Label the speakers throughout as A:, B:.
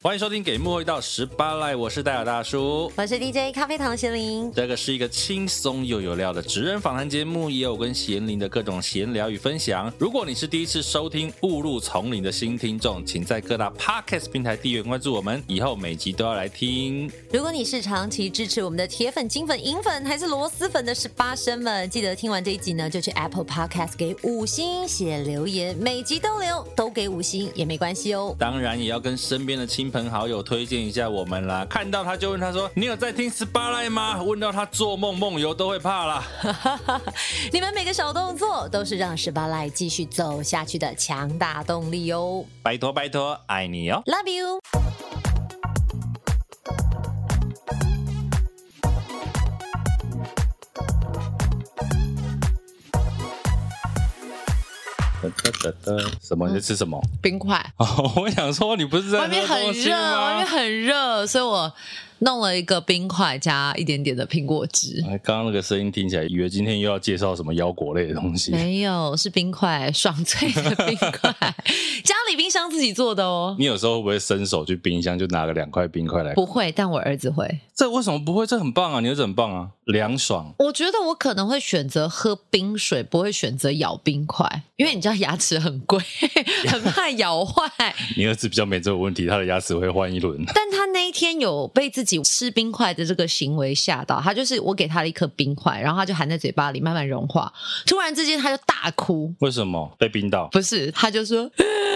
A: 欢迎收听《给幕后一道十八赖》，我是戴尔大叔。
B: 我是 DJ 咖啡糖贤玲，
A: 这个是一个轻松又有料的职人访谈节目，也有跟贤玲的各种闲聊与分享。如果你是第一次收听《误入丛林》的新听众，请在各大 Podcast 平台订阅关注我们，以后每集都要来听。
B: 如果你是长期支持我们的铁粉、金粉、银粉还是螺蛳粉的十八生们，记得听完这一集呢，就去 Apple Podcast 给五星写留言，每集都留，都给五星也没关系哦。
A: 当然，也要跟身边的亲朋好友推荐一下我们啦。看到他就问他说：“你有在听十八赖吗？”问到他做梦梦游都会怕啦。
B: 你们每个小动作都是让十八赖继续走下去的强大动力哦。
A: 拜托拜托，爱你哦。
B: Love you。
A: 哒哒哒哒 什么？你在吃什么？
C: 冰块。
A: 哦，我想说你不是在
C: 外面
A: 喝
C: 很
A: 东西
C: 热，
A: 吗
C: 外面很热，所以我弄了一个冰块加一点点的苹果汁。
A: 哎，刚刚那个声音听起来，以为今天又要介绍什么腰果类的东 西。
C: 没有，是冰块，爽脆的冰块， 家里冰箱自己做的哦。
A: 你有时候会不会伸手去冰箱就拿个两块冰块来？
C: 不会，但我儿子会。
A: 这为什么不会？这很棒啊，你儿子很棒啊，凉爽。
C: 我觉得我可能会选择喝冰水，不会选择咬冰块，因为你知道牙齿很 贵，很怕咬坏。
A: 你儿子比较没这个问题，他的牙齿会换一轮。
C: 但他那一天有被自己吃冰块的这个行为吓到，他就是我给他了一颗冰块，然后他就含在嘴巴里慢慢融化，突然之间他就大哭，
A: 为什么被冰到？
C: 不是，他就说。呃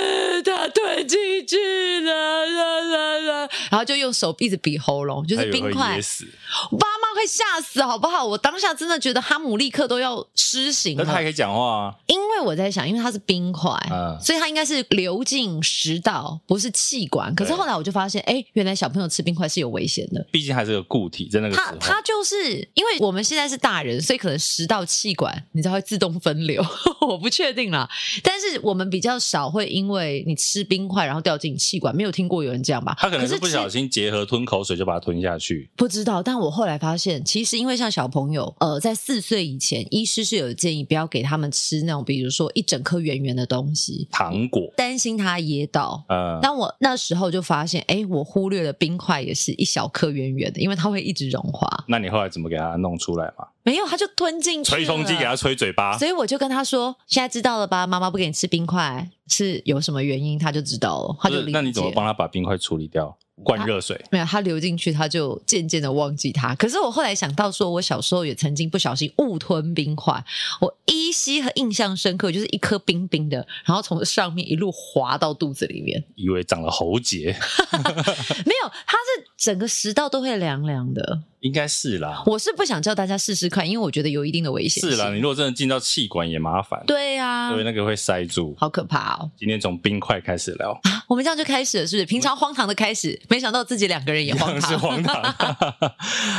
C: 他吞进去了，啦啦啦，然后就用手一直比喉咙，就
A: 他
C: 是
A: 以为
C: 冰
A: 会
C: 块
A: 噎，死，
C: 我爸妈会吓死，好不好？我当下真的觉得哈姆立克都要失行
A: 但他还
C: 了，
A: 可以讲话啊。
C: 因为我在想，因为它是冰块，
A: 嗯
C: 所以它应该是流进食道，不是气管。可是
A: 对
C: 后来我就发现，哎，原来小朋友吃冰块是有危险的，
A: 毕竟还是个固体，在那个时
C: 他
A: 候，
C: 他就是因为我们现在是大人，所以可能食道气管你知道会自动分流， 我不确定啦。但是我们比较少会因为你吃冰块然后掉进气管，没有听过有人这样吧？
A: 他可能是
C: 是
A: 不小
C: 吃
A: 心结合吞口水就把它吞下去。
C: 不知道，但我后来发现，其实因为像小朋友，呃，在四岁以前，医师是有建议不要给他们吃那种，比如说一整颗圆圆的东西，
A: 糖果，
C: 担心他噎到。
A: 呃，
C: 但我那时候就发现，哎，我忽略了冰块也是一小颗圆圆的，因为它会一直融化。
A: 那你后来怎么给他弄出来嘛？
C: 没有，它就吞进去了。
A: 吹风机给他吹嘴巴，
C: 所以我就跟他说：“现在知道了吧？妈妈不给你吃冰块是有什么原因？”他就知道了，他
A: 不
C: 就是理解。
A: 那你怎么帮他把冰块处理掉？灌热水。
C: 没有，他流进去，他就渐渐的忘记它。可是我后来想到说，我小时候也曾经不小心误吞冰块，我依稀和印象深刻，就是一颗冰冰的，然后从上面一路滑到肚子里面。
A: 以为长了喉结，
C: 没有，它是整个食道都会凉凉的。
A: 应该是啦，
C: 我是不想叫大家试试看，因为我觉得有一定的危险性。
A: 是啦。你如果真的进到气管也麻烦，
C: 对啊呀、
A: 对，那个会塞住。
C: 好可怕哦！
A: 今天从冰块开始聊，
C: 我们这样就开始了，是不是？平常荒唐的开始，没想到自己两个人也荒
A: 是
C: 唐。
A: 荒唐。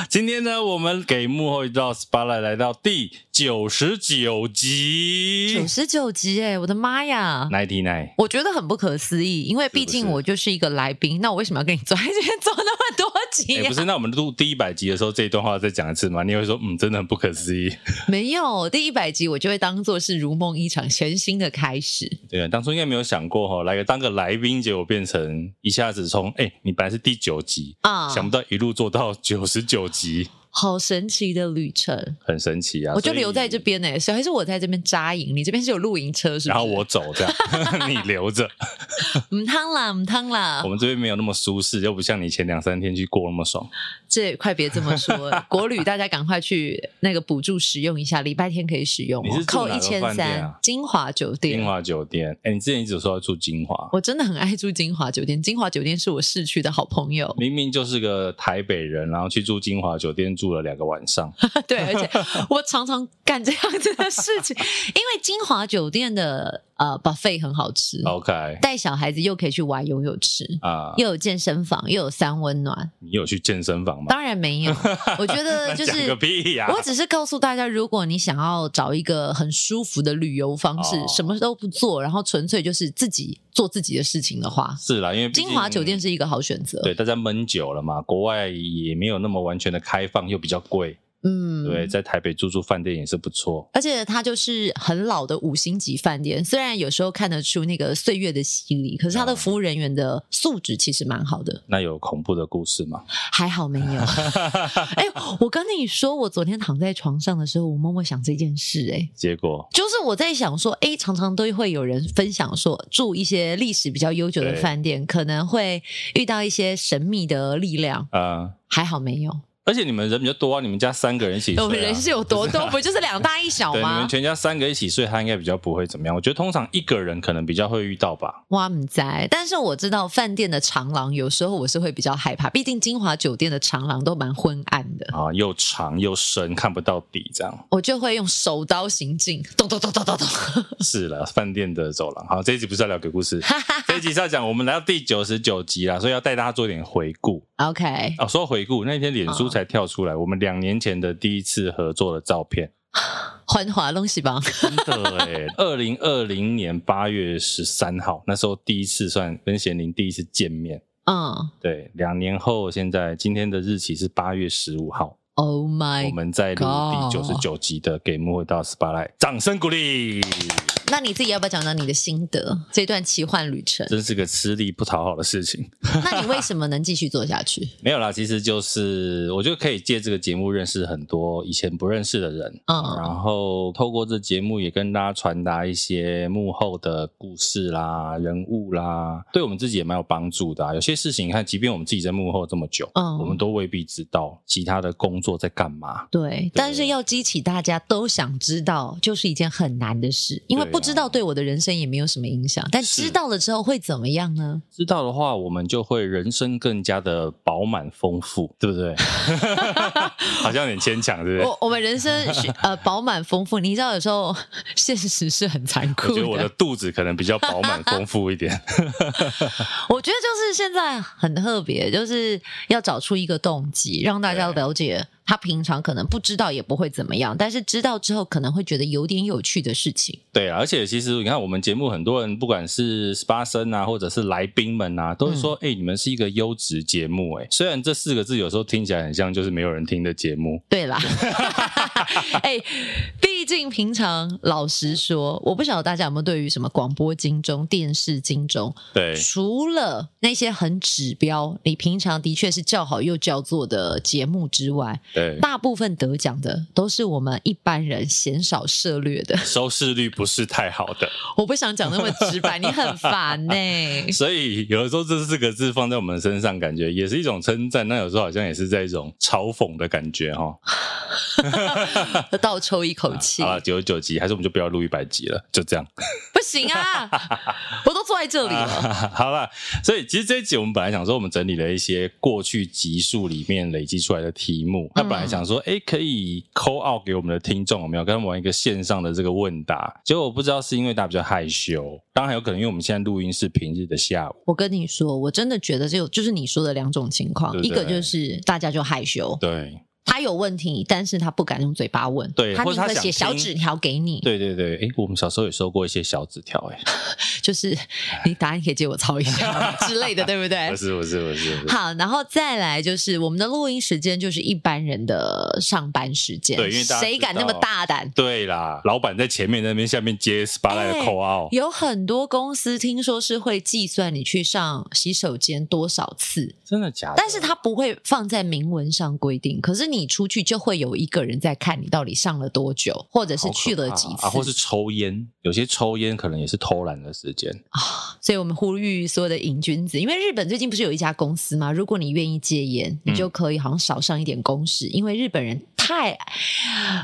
A: 今天呢，我们给幕后一道 spotlight 来到第九十九集
C: 九十九集哎，我的妈呀！
A: ，ninety nine。
C: 我觉得很不可思议，因为毕
A: 是
C: 竟
A: 不是
C: 我就是一个来宾，那我为什么要跟你坐在这边坐那么多集、
A: 哎、
C: 啊？
A: 不是，那我们录第一百集的时候，这一段话再讲一次吗？你会说，嗯，真的很不可思议。
C: 没有第一百集，我就会当做是如梦一场，全新的开始。
A: 对啊，当初应该没有想过哈，来个当个来宾，结果变成一下子从，哎、你本来是第九集，
C: 啊
A: 想不到一路做到九十九集，
C: 好神奇的旅程，
A: 很神奇啊！
C: 我就
A: 所以
C: 留在这边呢、所以还是我在这边扎营，你这边是有露营车是不是？
A: 然后我走这 样，你留着。
C: 啊唔汤啦唔汤啦
A: 我，们这边没有那么舒适，又不像你前两三天去过那么爽。
C: 这快别这么 说了，国旅大家赶快去那个补助使用一下，礼拜天可以使用、
A: 你
C: 哦
A: 是，住
C: 扣
A: 哪
C: 一
A: 个
C: 千
A: 饭店
C: 三
A: 啊，
C: 金华酒店。
A: 金华酒店，哎、你之前一直说要住金华，
C: 我真的很爱住金华酒店，金华酒店是我市区的好朋友。
A: 明明就是个台北人，然后去住金华酒店住了两个晚 上。
C: 对，而且我常常干这样子的事 情，因为金华酒店的呃 buffet 很好吃，
A: OK
C: 带小孩子又可以去玩游泳池，
A: 啊、
C: 又有健身房，又有三温暖。
A: 你有去健身房吗？
C: 当然没有，我觉得就
A: 那讲
C: 是
A: 个。屁呀、
C: 我只是告诉大家，如果你想要找一个很舒服的旅游方式，
A: 哦
C: 什么都不做，然后纯粹就是自己做自己的事情的话，
A: 是啦，因为毕竟
C: 金华酒店是一个好选择。
A: 对大家闷久了嘛，国外也没有那么完全的开放，又比较贵。
C: 嗯，
A: 对，在台北住住饭店也是不错。
C: 而且它就是很老的五星级饭店，虽然有时候看得出那个岁月的洗礼，可是它的服务人员的素质其实蛮好的，
A: 那有恐怖的故事吗？
C: 还好没 有。哎、我跟你说，我昨天躺在床上的时候，我默默想这件事、哎。
A: 结果
C: 就是我在想说，哎，常常都会有人分享说，住一些历史比较悠久的
A: 对
C: 饭店，可能会遇到一些神秘的力量。
A: 呃，
C: 还好没有，
A: 而且你们人比较多啊，你们家三个人一起睡、
C: 我
A: 啊，
C: 们哦人是有 多多，不就是两大一小
A: 对，你
C: 吗
A: 们？全家三个一起睡，他应该比较不会怎么样。我觉得通常一个人可能比较会遇到吧。
C: 哇唔在，但是我知道饭店的长廊有时候我是会比较害怕，毕竟金华酒店的长廊都蛮昏暗的，
A: 啊，又长又深，看不到底，这 样
C: 我就会用手刀行进，咚咚咚咚咚咚。
A: 是了。饭店的走廊，好，这一集不是要聊鬼故 事，这一集是要讲我们来到第九十九集啦，所以要带大家做一点回顾。
C: OK，
A: 哦，说回顾，那天脸
C: 嗯
A: 书才跳出来我们两年前的第一次合作的照片，
C: 欢华东西吧，
A: 真的哎，二零二零年八月十三号，那时候第一次算跟贤玲第一次见面。
C: 嗯
A: 对，两年后，现在今天的日期是八月十五号，
C: ，Oh
A: 我
C: my，
A: 们在录第九十九集的《给幕会到 Spotlight》，掌声鼓励！
C: 那你自己要不要讲讲你的心得？这段奇幻旅程，
A: 真是个吃力不讨好的事情。
C: 那你为什么能继续做下去？
A: 没有啦，其实就是我觉得可以借这个节目认识很多以前不认识的人，
C: 嗯
A: 然后透过这节目也跟大家传达一些幕后的故事啦、人物啦，对我们自己也蛮有帮助的、啊。有些事情，你看，即便我们自己在幕后这么久，
C: 嗯
A: 我们都未必知道其他的工作在干嘛。
C: 对，但是要激起大家都想知道，就是一件很难的事，因为
A: 对啊
C: 不知道对我的人生也没有什么影响，但
A: 是
C: 知道了之后会怎么样呢？
A: 知道的话，我们就会人生更加的饱满丰富，对不对？ 好像有点牵强，对不对？
C: 我我们人生 是呃饱满丰富，你知道有时候现实是很残
A: 我
C: 酷
A: 觉
C: 的。
A: 得我的肚子可能比较饱满丰富一点。
C: 我觉得就是现在很特别，就是要找出一个动机，让大家
A: 对
C: 了解他平常可能不知道也不会怎么样，但是知道之后可能会觉得有点有趣的事情。
A: 对啊，而且其实你看，我们节目很多人，不管是 SPA 生啊，或者是来宾们啊，都会说：“哎、你们是一个优质节目。”哎，虽然这四个字有时候听起来很像就是没有人听的节目，
C: 对啦， 哎、毕竟平常老实说，我不晓得大家有没有对于什么广播金钟、电视金钟，
A: 对，
C: 除了那些很指标，你平常的确是叫好又叫座的节目之外，
A: 对，
C: 大部分得奖的都是我们一般人鲜少涉略的。
A: 收视率不是太好的，
C: 我不想讲那么直白，你很烦 呢、
A: 所以有的时候这四个字放在我们身上，感觉也是一种称赞，那有时候好像也是在一种嘲讽的感觉哈、哦。
C: 倒抽一口气，
A: 好了，九十九集，还是我们就不要录一百集了，就这样。
C: 不行啊！我都坐在这里了。
A: 啊、 好了，所以其实这一集我们本来想说，我们整理了一些过去集数里面累积出来的题
C: 嗯
A: 目。那本来想说，哎、可以 call out 给我们的听众，有没有跟他们玩一个线上的这个问答？结果我不知道是因为大家比较害羞，当然有可能因为我们现在录音是平日的下午，
C: 我跟你说，我真的觉得就就是你说的两种情况，
A: 对不
C: 一
A: 对
C: 个就是大家就害羞，
A: 对。
C: 他有问题，但是他不敢用嘴巴问，
A: 对
C: 他
A: 或
C: 宁
A: 者他
C: 可
A: 想
C: 写小
A: 听
C: 纸条给你，
A: 对对对，哎，我们小时候也收过一些小纸条， 哎，
C: 就是你答案可以借我抄一 下之类的，对不对
A: 不？是不是不是，不是
C: 好，然后再来就是我们的录音时间就是一般人的上班时间，
A: 对因为大家
C: 谁敢那么
A: 知道
C: 大胆？
A: 对啦，老板在前面那边，下面接 s p a 的
C: 哎
A: call out，
C: 有很多公司听说是会计算你去上洗手间多少次，
A: 真的假的？
C: 但是它不会放在明文上规定。可是你出去就会有一个人在看你到底上了多久，或者是
A: 好可
C: 去了
A: 怕
C: 几次，
A: 啊，或是抽烟，有些抽烟可能也是偷懒的时间。
C: 啊所以我们呼吁所有的瘾君子，因为日本最近不是有一家公司吗？如果你愿意戒烟，你就可以好像少上一点工时，因为日本人太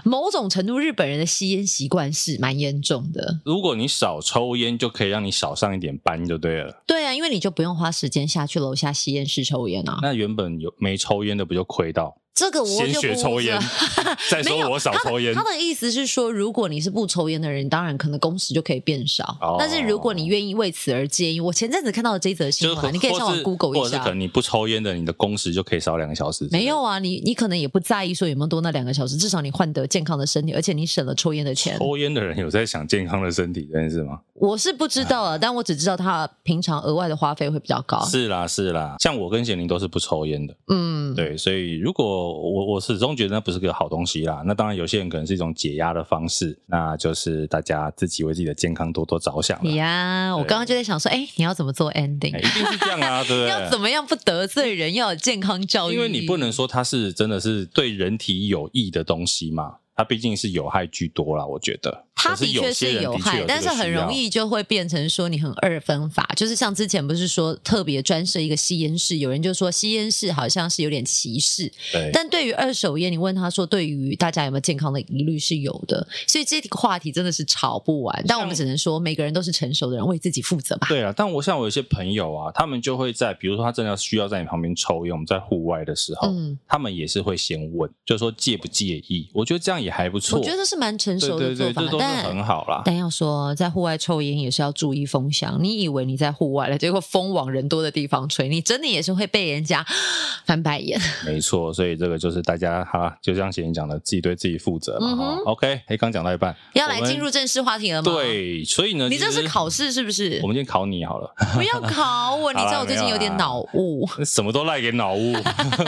C: 某种程度，日本人的吸烟习惯是蛮严重的。
A: 如果你少抽烟，就可以让你少上一点班就对了。
C: 对啊，因为你就不用花时间下去楼下吸烟室抽烟啊。
A: 那原本有没抽烟的不就亏到？
C: 这个我
A: 先
C: 就
A: 学
C: 不
A: 抽
C: 知
A: 烟
C: 道
A: 再
C: 没
A: 说
C: 有
A: 我少抽烟
C: 他。的。他的意思是说，如果你是不抽烟的人，当然可能工时就可以变少。
A: 哦
C: 但是如果你愿意为此而介意，我前阵子看到的这则新
A: 就是
C: 闻啊、
A: 或
C: 你可以上
A: 或
C: 网
A: 是
C: Google
A: 或
C: 一
A: 者是可
C: 下
A: 能。你不抽烟的，你的工时就可以少两个小时。
C: 没有，啊，你你可能也不在意说有没有多那两个小时，至少你换得健康的身体，而且你省了抽烟的钱。
A: 抽烟的人有在想健康的身体这件事吗？
C: 我是不知
A: 哎
C: 道啊，但我只知道他平常额外的花费会比较高。
A: 是啦，是啦，像我跟贤玲都是不抽烟的，
C: 嗯，
A: 对，所以如我我始终觉得那不是个好东西啦。那当然，有些人可能是一种解压的方式，那就是大家自己为自己的健康多多着想啦。
C: 呀，我刚刚就在想说，哎，你要怎么做 ending？
A: 哎一定是这样啊，对不对？
C: 要怎么样不得罪人？要有健康教
A: 哦
C: 育，
A: 因为你不能说它是真的是对人体有益的东西嘛，它毕竟是有害居多啦，我觉得。
C: 它
A: 可是
C: 的确
A: 些
C: 是
A: 人
C: 有
A: 的确
C: 害，但
A: 这
C: 是
A: 个
C: 很
A: 需要
C: 容易就会变成说你很二分法，就是像之前不是说特别专设一个吸烟室，有人就说吸烟室好像是有点歧视，
A: 对。
C: 但对于二手烟，你问他说对于大家有没有健康的疑虑是有的，所以这个话题真的是吵不完。但我们只能说每个人都是成熟的人，为自己负责吧。
A: 对啊，但我像我有一些朋友啊，他们就会在，比如说他真的需要在你旁边抽烟，我们在户外的时候，
C: 嗯，
A: 他们也是会先问，就说介不介意。我觉得这样也还不错，
C: 我觉得这是蛮成熟的
A: 对
C: 做
A: 对对，
C: 法
A: 这，都是
C: 但
A: 很好啦。
C: 但要说在户外抽烟也是要注意风向。你以为你在户外了，结果风往人多的地方吹，你真的也是会被人家 翻白眼。
A: 没错，所以这个就是大家哈，就像贤贤讲的，自己对自己负责嘛。
C: 嗯
A: 哈
C: 哼
A: OK，哎，刚讲到一半，
C: 要来
A: 我们
C: 进入正式话题了吗？，
A: 对，所以呢，
C: 你这
A: 其
C: 是
A: 实
C: 考试是不是
A: 我？们啊今天考你好了。
C: 不要考我，你知道我最近有点脑雾。
A: 什么都赖给脑 雾，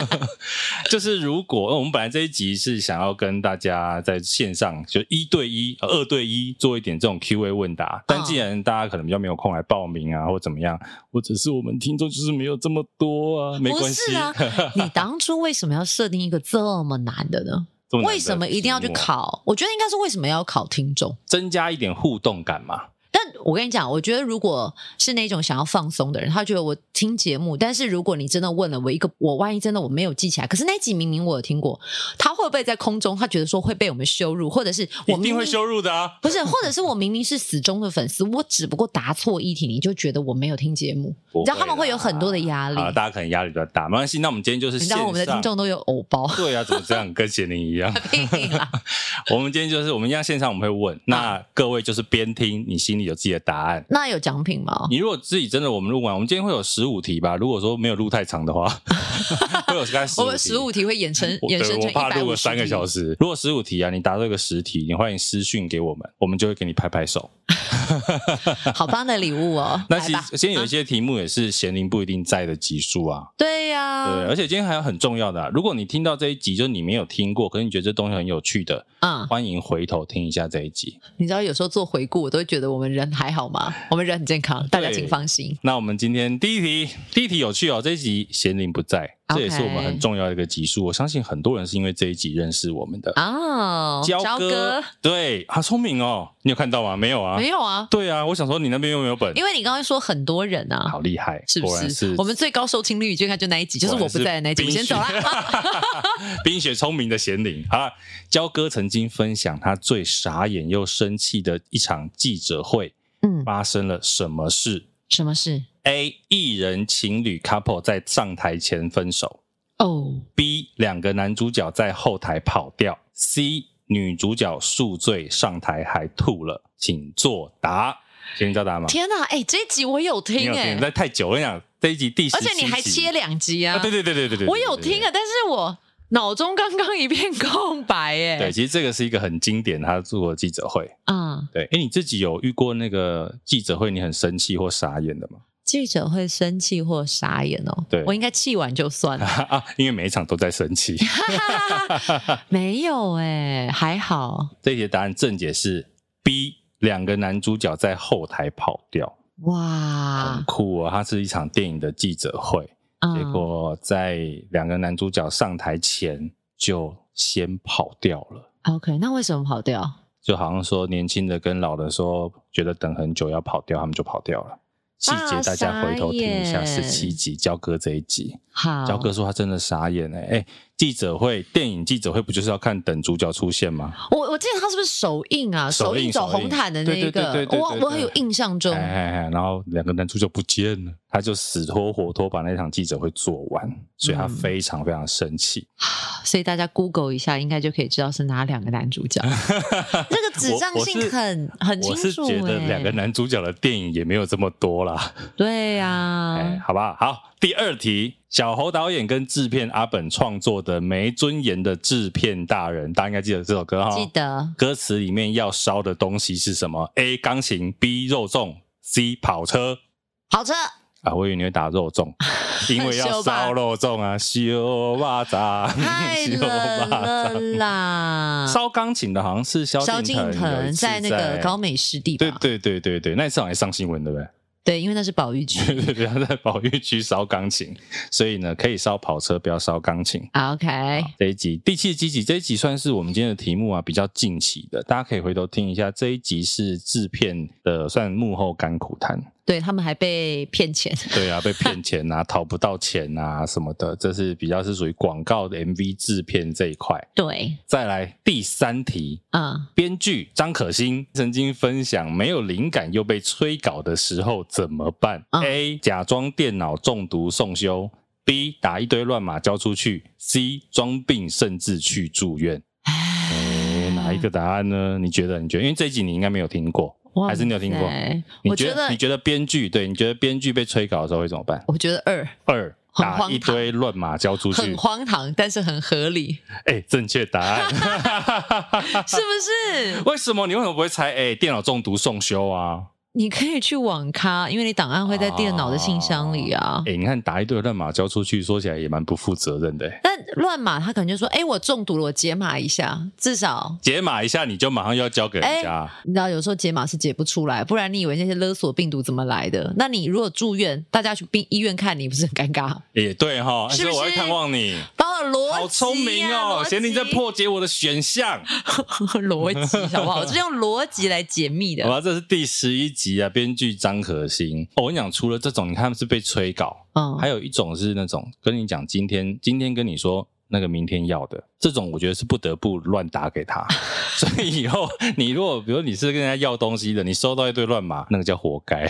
A: 就是如果呃我们本来这一集是想要跟大家在线上就一对一、呃二对一做一点这种 Q&A 问
C: 嗯
A: 答，但既然大家可能比较没有空来报名啊，或怎么样，或者是我们听众就是没有这么多啊，没
C: 不
A: 关
C: 是
A: 系，
C: 啊，你当初为什么要设定一个这么难的呢？
A: 这难的
C: 为什么一定要去
A: 题目
C: 考？我觉得应该是为什么要考听众。
A: 增加一点互动感嘛？
C: 但我跟你讲，我觉得如果是那种想要放松的人，他觉得我听节目，但是如果你真的问了我一个，我万一真的我没有记起来，可是那一集明明我有听过，他会不会在空中他觉得说会被我们羞辱，或者是
A: 一
C: 我明明
A: 定会羞辱的啊！
C: 不是，或者是我明明是死忠的粉丝，我只不过答错一题，你就觉得我没有听节目，
A: 不
C: 你知道
A: 会
C: 他们会有
A: 啦
C: 很多的压力
A: 好，大家啊可能压力比较大，没关系。那我们今天就是
C: 你知
A: 线
C: 道
A: 上，
C: 我们的听众都有偶包。
A: 对啊，怎么这样？跟贤玲一样。
C: 屁啦
A: 我们今天就是我们一样线上我们会问，那各位就是边听，你心里有自己的答案。
C: 那有奖品 吗？
A: 你如果自己真的我们录完，我们今天会有十五题吧？如果说没有录太长的 话，会有大概十
C: 我
A: 五
C: 们
A: 题
C: 十。五题会衍生
A: 我
C: 衍生
A: 对，
C: 成
A: 我
C: 一
A: 怕
C: 百
A: 录
C: 五
A: 了三个小
C: 时。
A: 时。如果十五题啊，你答对个十题，你欢迎私讯给我们，我们就会给你拍拍手。
C: 好棒的礼物哦！
A: 那
C: 来
A: 其
C: 吧
A: 实今天有一些题目也是贤玲不一定在的集数啊，
C: 对呀、
A: 对。而且今天还有很重要的、啊，如果你听到这一集，就是你没有听过，可是你觉得这东西很有趣的，
C: 嗯，
A: 欢迎回头听一下这一集。
C: 你知道有时候做回顾，我都会觉得我们人还好吗？我们人很健康，大家请放心。
A: 那我们今天第一题，第一题有趣哦，这一集贤玲不在，这
C: OK
A: 也是我们很重要的一个集数。我相信很多人是因为这一集认识我们的。
C: 哦，
A: 焦哥，对，好聪明哦！你有看到吗？没有啊？
C: 没有啊，
A: 对啊，我想说你那边又没有本，
C: 因为你刚刚说很多人啊，
A: 好厉害，
C: 是不
A: 果然
C: 是？
A: 是
C: 我们最高收听率就看就那一集，就是我不在的那一集，我
A: 果然
C: 先
A: 是
C: 走 啊啦。
A: 冰雪聪明的贤玲。好了，焦哥曾经分享他最傻眼又生气的一场记者会，
C: 嗯，
A: 发生了什么事
C: 什么事？
A: ？A. 艺人情侣 couple 在上台前分手。
C: 哦，
A: B 两个男主角在后台跑掉，C 女主角宿醉上台还吐了，请作答。先知道答案吗？
C: 天哪！哎，这一集我有
A: 你
C: 听
A: 有
C: 哎、
A: 听，但太久，我跟你讲，这一集第十
C: 而且你还
A: 七集
C: 切两集啊
A: 啊？对对对对对对，
C: 我有听
A: 啊。
C: 啊，但是我脑中刚刚一片空白哎。
A: 对，，其实这个是一个很经典，他做的记者会。
C: 嗯，
A: 对，哎，你自己有遇过那个记者会，你很生气或傻眼的吗？
C: 记者会生气或傻眼哦。
A: 对
C: 我应该气完就算了。
A: 啊，因为每一场都在生 气。
C: 没有哎、还好。
A: 这一题的答案正解是 B，两个男主角在后台跑掉，
C: 哇啊
A: 很，酷哦。它是一场电影的记者会。结
C: 嗯
A: 果在两个男主角上台前就先跑掉了，
C: 嗯 OK，那为什么跑掉？
A: 就好像说年轻的跟老的说觉得等很久要跑掉，他们就跑掉了。细节大家回头听一下，
C: 啊傻
A: 十
C: 眼
A: 七集焦哥这一集，
C: 好，
A: 焦哥说他真的傻眼哎、欸、哎、记者会电影记者会不就是要看等主角出现吗？
C: 我我记得他是不是首映啊？
A: 首
C: 首
A: 映
C: 走
A: 首映
C: 红毯的那一
A: 对对对对
C: 个，
A: 对
C: 我
A: 对对
C: 我很有印象中
A: 哎。哎哎，然后两个男主角不见了，他就死拖活拖把那场记者会做完，所以他
C: 嗯
A: 非常非常生气。
C: 所以大家 Google 一下，应该就可以知道是哪两个男 主角。这个指向性很很清
A: 我是
C: 楚、欸。
A: 觉得两个男主角的电影也没有这么多啦，
C: 对呀、
A: 哎、
C: 啊，
A: 好吧，好，第二题，小侯导演跟制片阿本创作的《没尊严的制片大人》，大家应该记得这首歌哈，
C: 记。得
A: 歌词里面要烧的东西是什么？A. 钢琴，B. 肉粽，C. 跑车。
C: 跑车
A: 啊，我以为你会打肉 粽，因为要烧肉粽啊，修巴掌，
C: 太
A: 修
C: 冷
A: 巴
C: 了
A: 掌。
C: 啦！
A: 啊烧钢琴的好像是萧
C: 萧敬
A: 腾有一
C: 腾
A: 次
C: 在那个高美湿地吧？
A: 对对对对对，那一次好像也上新闻，对不 对？
C: 对因为那是保育局。
A: 对对对，他在保育区烧钢琴，所以呢，可以烧跑车，不要烧钢琴。
C: 好 OK，
A: 好这一集第七十七集，这一集算是我们今天的题目啊，比较近期的，大家可以回头听一下。这一集是制片的，算幕后甘苦谈。
C: 对他们还被骗钱，
A: 对啊，被骗钱啊，讨不到钱啊什么的，这是比较是属于广告的 MV 制片这一块。
C: 对，
A: 再来第三题，
C: 嗯，
A: 编剧张可欣曾经分享，没有灵感又被催稿的时候怎么办、
C: 嗯
A: a 假装电脑中毒送修；B. 打一堆乱码交出去；C. 装病甚至去住院。哎，哪一个答案呢？你觉得？你觉得？因为这一集你应该没有听过，
C: 哇
A: 还是你有听过？
C: 塞
A: 你
C: 我
A: 觉
C: 觉
A: 得？
C: 得
A: 你觉得编剧对？你觉得编剧被催稿的时候会怎么办？
C: 我觉得二
A: 二。
C: 很
A: 打
C: 荒
A: 一堆乱码交出去
C: 很，荒唐，但是很 合理，
A: 哎、正确答案。
C: 是不是？
A: 为什么你为什么不会猜？哎、电脑中毒送修啊！
C: 你可以去网咖，因为你档案会在电脑的信箱里啊。
A: 哎、你看打一堆乱码交出去，说起来也蛮不负责任的、哎
C: 但乱码，他可能就说：“哎、我中毒了，我解码一下，至少。
A: 解码一下你就马上要交给
C: 哎
A: 人家，”
C: 你知道，有时候解码是解不出来，不然你以为那些勒索病毒怎么来的？那你如果住院，大家去病医院看你，不是很尴 尬？
A: 也哎对哈。
C: 是不是
A: 所以我会看望你，
C: 包括逻辑、啊，
A: 好聪明哦，
C: 逻辑
A: 贤玲在破解我的选项。
C: 逻辑，好不好？我是用逻辑来解密
A: 好
C: 的。
A: 吧，这是第十一集啊，编剧张可欣。哦我跟你讲，除了这种，你看他们是被催稿，
C: 嗯，
A: 还有一种是那种跟你讲今天今天跟你说那个明天要的，这种我觉得是不得不乱打给 他。所以以后你如果比如你是跟人家要东西的，你收到一堆乱码，那个叫活该。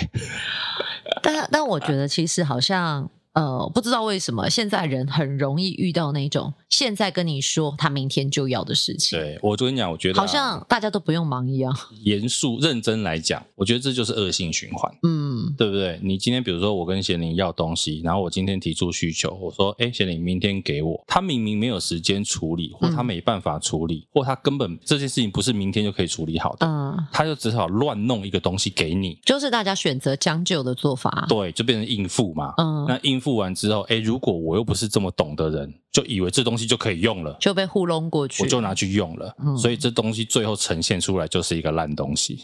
C: 但但我觉得其实好像呃，不知道为什么现在人很容易遇到那种现在跟你说他明天就要的事情，
A: 对我跟你讲，我觉得啊、
C: 好像大家都不用忙一样。
A: 严肃认真来讲，我觉得这就是恶性循环。
C: 嗯，
A: 对不对？你今天比如说我跟贤玲要东西，然后我今天提出需求，我说：“哎，贤玲，明天给我。”他明明没有时间处理，或他
C: 嗯
A: 没办法处理，或他根本这件事情不是明天就可以处理好的，
C: 嗯，
A: 他就只好乱弄一个东西给你，
C: 就是大家选择将就的做法。
A: 对，就变成应付嘛。
C: 嗯，
A: 那应付完之后，哎，如果我又不是这么懂的人，就以为这东西就可以用了，
C: 就被糊弄过去。
A: 我就拿去用了，
C: 嗯
A: 所以这东西最后呈现出来就是一个烂东西，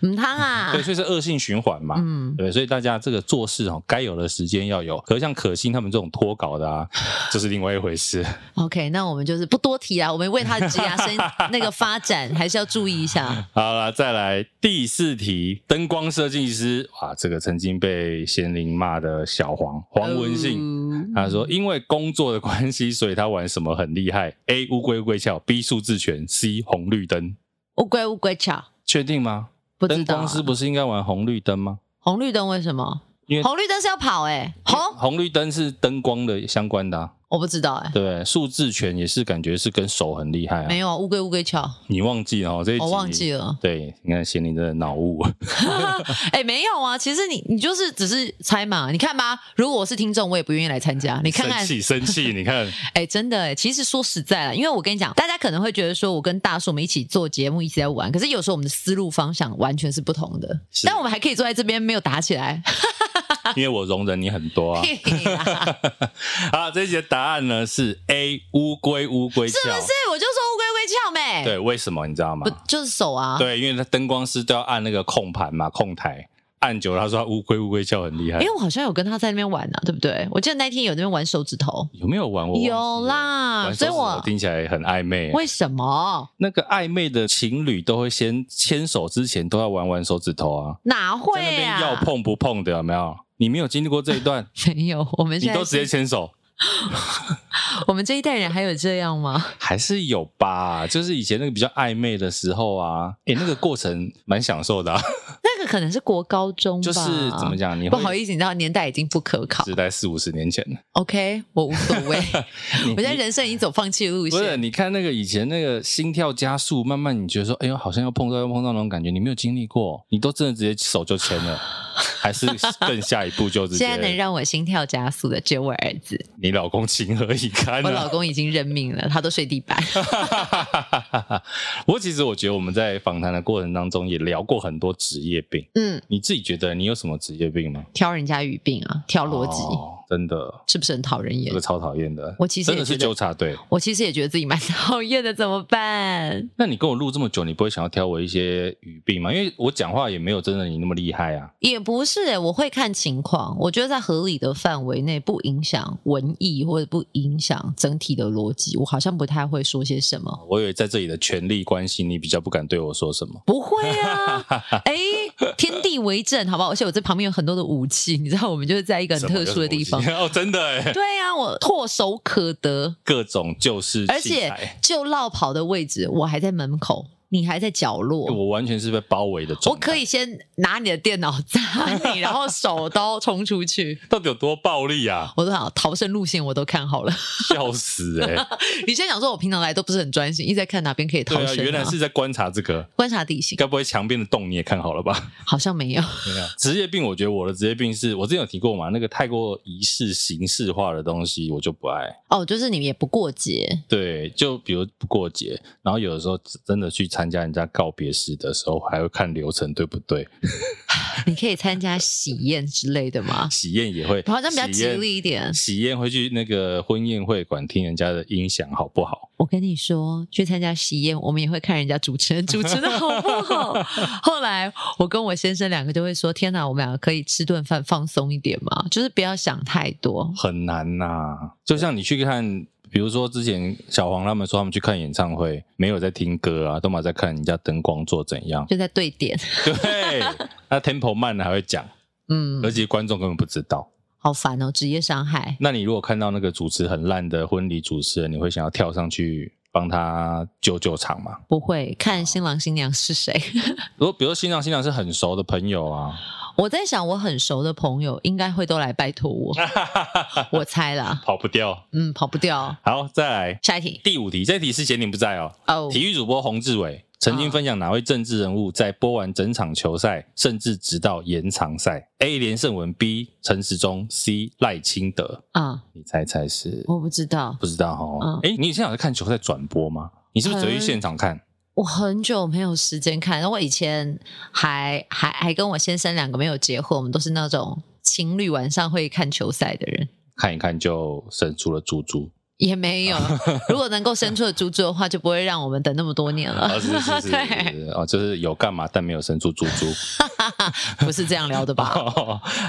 C: 嗯，他 啊
A: 对，，所以是恶性循环嘛。
C: 嗯，
A: 对，所以大家这个做事哦，该有的时间要有。可是像可心他们这种脱稿的啊，这是另外一回事。
C: OK，那我们就是不多提啊，我们为他的职涯生 那个发展还是要注意一下。
A: 好了，再来第四题，灯光设计师啊，这个曾经被贤玲骂的小黄黄文信。
C: 信
A: 他说：“因为工作的关系，所以他玩什么很厉害。A. 乌龟乌龟壳，B. 数字拳，C. 红绿灯。
C: 乌龟乌龟巧，
A: 确定吗？
C: 不知
A: 灯
C: 道啊、
A: 光师不是应该玩红绿灯吗？
C: 红绿灯为什么？
A: 因为
C: 红绿灯是要跑哎、红
A: 红绿灯是灯光的相关的、啊，
C: 我不知道哎、
A: 对不对？数字拳也是感觉是跟手很厉害啊。
C: 没有啊乌龟乌龟巧，
A: 你忘记了哦，这一集
C: 我忘记了。
A: 对，你看贤玲真的脑雾，
C: 哎、没有啊，其实你你就是只是猜嘛，你看吧，如果我是听众，我也不愿意来参加。你看看
A: 生，气生 气，你看，
C: 哎、真的哎、其实说实在了，因为我跟你讲，大家可能会觉得说我跟大叔我们一起做节目，一起在玩，可是有时候我们的思路方向完全是不同的，
A: 是
C: 但我们还可以坐在这边没有打起来。
A: 因为我容忍你很 多啊。
C: 啊嘿嘿啦
A: 好，这一集的答案呢是 A 乌龟乌龟
C: 是不
A: 壳
C: 是，？我就说乌龟龟翘妹，
A: 对，为什么你知道吗
C: 不？就是手啊？，
A: 对，因为他灯光师都要按那个控盘嘛，控台按久了，他说他啊乌龟乌龟壳很厉害
C: 因。哎为我好像有跟他在那边玩啊，对不对？我记得那天有那边玩手指头，
A: 有没有玩我忘记了？
C: 有啦，
A: 玩
C: 所
A: 手
C: 以
A: 指
C: 我
A: 头听起来很暧昧。
C: 为什么
A: 那个暧昧的情侣都会先牵手之前都要玩玩手指头啊，
C: 哪
A: 在那
C: 会
A: 边
C: 啊？
A: 要碰不碰的，有没有？你没有经历过这一段，
C: 没有，我们
A: 你
C: 现在
A: 都直接
C: 是
A: 牵手。
C: 我们这一代人还有这样吗？
A: 还是有吧，就是以前那个比较暧昧的时候啊，诶、那个过程蛮享受的、啊，
C: 那个可能是国高中吧，
A: 就是怎么讲，你
C: 不
A: 会
C: 好意思，你知道年代已经不可靠。
A: 是在四五十年前，
C: OK，我无所谓，
A: 你
C: 我在人生已经走放弃的路
A: 不是？
C: 线。
A: 你看那个以前那个心跳加速，慢慢你觉得说，哎呦，好像要碰到要碰到那种感觉，你没有经历过，你都真的直接手就牵了，还是更下一步就直
C: 现在能
A: 接
C: 让我心跳加速的只有我儿子，
A: 你老公情何以堪
C: 我 老
A: 啊！
C: 公已经认命了，他都睡 地板。
A: 不过其实我觉得我们在访谈的过程当中也聊过很多职业病。病。
C: 嗯，
A: 你自己觉得你有什么职业病吗？
C: 挑人家语病啊，挑逻辑，
A: 哦真的，
C: 是不是很讨人
A: 这
C: 厌
A: 个？超讨厌的。
C: 我其实也
A: 真的是
C: 觉得
A: 纠察队。
C: 我其实也觉得自己蛮讨厌的，怎么办？
A: 那你跟我录这么久，你不会想要挑我一些语病吗？因为我讲话也没有真的你那么厉害啊。
C: 也不是诶、我会看情况，我觉得在合理的范围内，不影响文艺或者不影响整体的逻辑，我好像不太会说些什么。
A: 我以为在这里的权力关系，你比较不敢对我说什么。
C: 不会 啊，哎、天地为证，好不好？而且我这旁边有很多的武器，你知道，我们就是在一个很特殊的地方
A: 什。么有什么东西 哦，真的哎，
C: 对啊，我唾手可得，
A: 各种旧式器材，
C: 而且就落跑的位置，我还在门口，你还在角落。
A: 我完全是被包围的
C: 我
A: 状态。
C: 可以先拿你的电脑砸你，然后手刀冲出去。
A: 到底有多暴力啊？
C: 我都想逃生路线我都看好了。
A: 笑死哎、
C: 你现在想说，我平常来都不是很专心，一直在看哪边可以逃
A: 对
C: 生、
A: 啊，原来是在观察这个。
C: 观察地形，
A: 该不会墙边的洞你也看好了吧？
C: 好像没有。
A: 没有职业病，我觉得我的职业病是我之前有提过嘛，那个太过仪式形式化的东西我就不爱。
C: 哦，就是你也不过节，
A: 对，就比如不过节，然后有的时候真的去参加人家告别式的时候，还会看流程对不对，
C: 你可以参加喜宴之类的吗？
A: 喜宴也会，
C: 好像比较吉利一点
A: 喜宴。喜宴会去那个婚宴会馆听人家的音响好不好？
C: 我跟你说，去参加喜宴，我们也会看人家主持人主持的好不好。 后来我跟我先生两个就会说：“天哪，我们两个可以吃顿饭放松一点嘛，就是不要想太多。
A: 很难呐、就像你去看，比如说之前小黄他们说他们去看演唱会，没有在听歌啊，都嘛在看人家灯光做怎样”。
C: 就在对点，
A: 对，那 tempo 慢的还会讲，
C: 嗯
A: 而，且观众根本不知道。
C: 好烦哦，职业伤害。
A: 那你如果看到那个主持很烂的婚礼主持人，你会想要跳上去帮他救救场吗？
C: 不会看新郎新娘是谁。
A: 如果比如说新郎新娘是很熟的朋友啊，
C: 我在想，我很熟的朋友应该会都来拜 托我，我猜啦。
A: 跑不掉。
C: 嗯，跑不掉。
A: 好，再来
C: 下一题
A: 第五题，这题是贤玲不在哦。啊
C: 哦，
A: 体育主播洪志伟曾经分享哪位政治人物在播完整场球赛，甚至直到延长赛？A. 连胜文，B. 陈时中，C. 赖清德。
C: 啊，
A: 你猜猜是？
C: 我不知道，
A: 不知道哦。哎、
C: 嗯
A: 你现在有在看球赛转播吗？你是不是只会去
C: 很
A: 现场看？
C: 我很久没有时间看。然后我以前还还还跟我先生两个没有结婚，我们都是那种情侣晚上会看球赛的人，
A: 看一看就生出了猪猪。
C: 也没 有。如果能够生出的猪猪的话，就不会让我们等那么多年了。
A: 哦，是是是是
C: 对，
A: 是哦，就是有干嘛但没有生出猪 猪。
C: 不是这样聊的吧？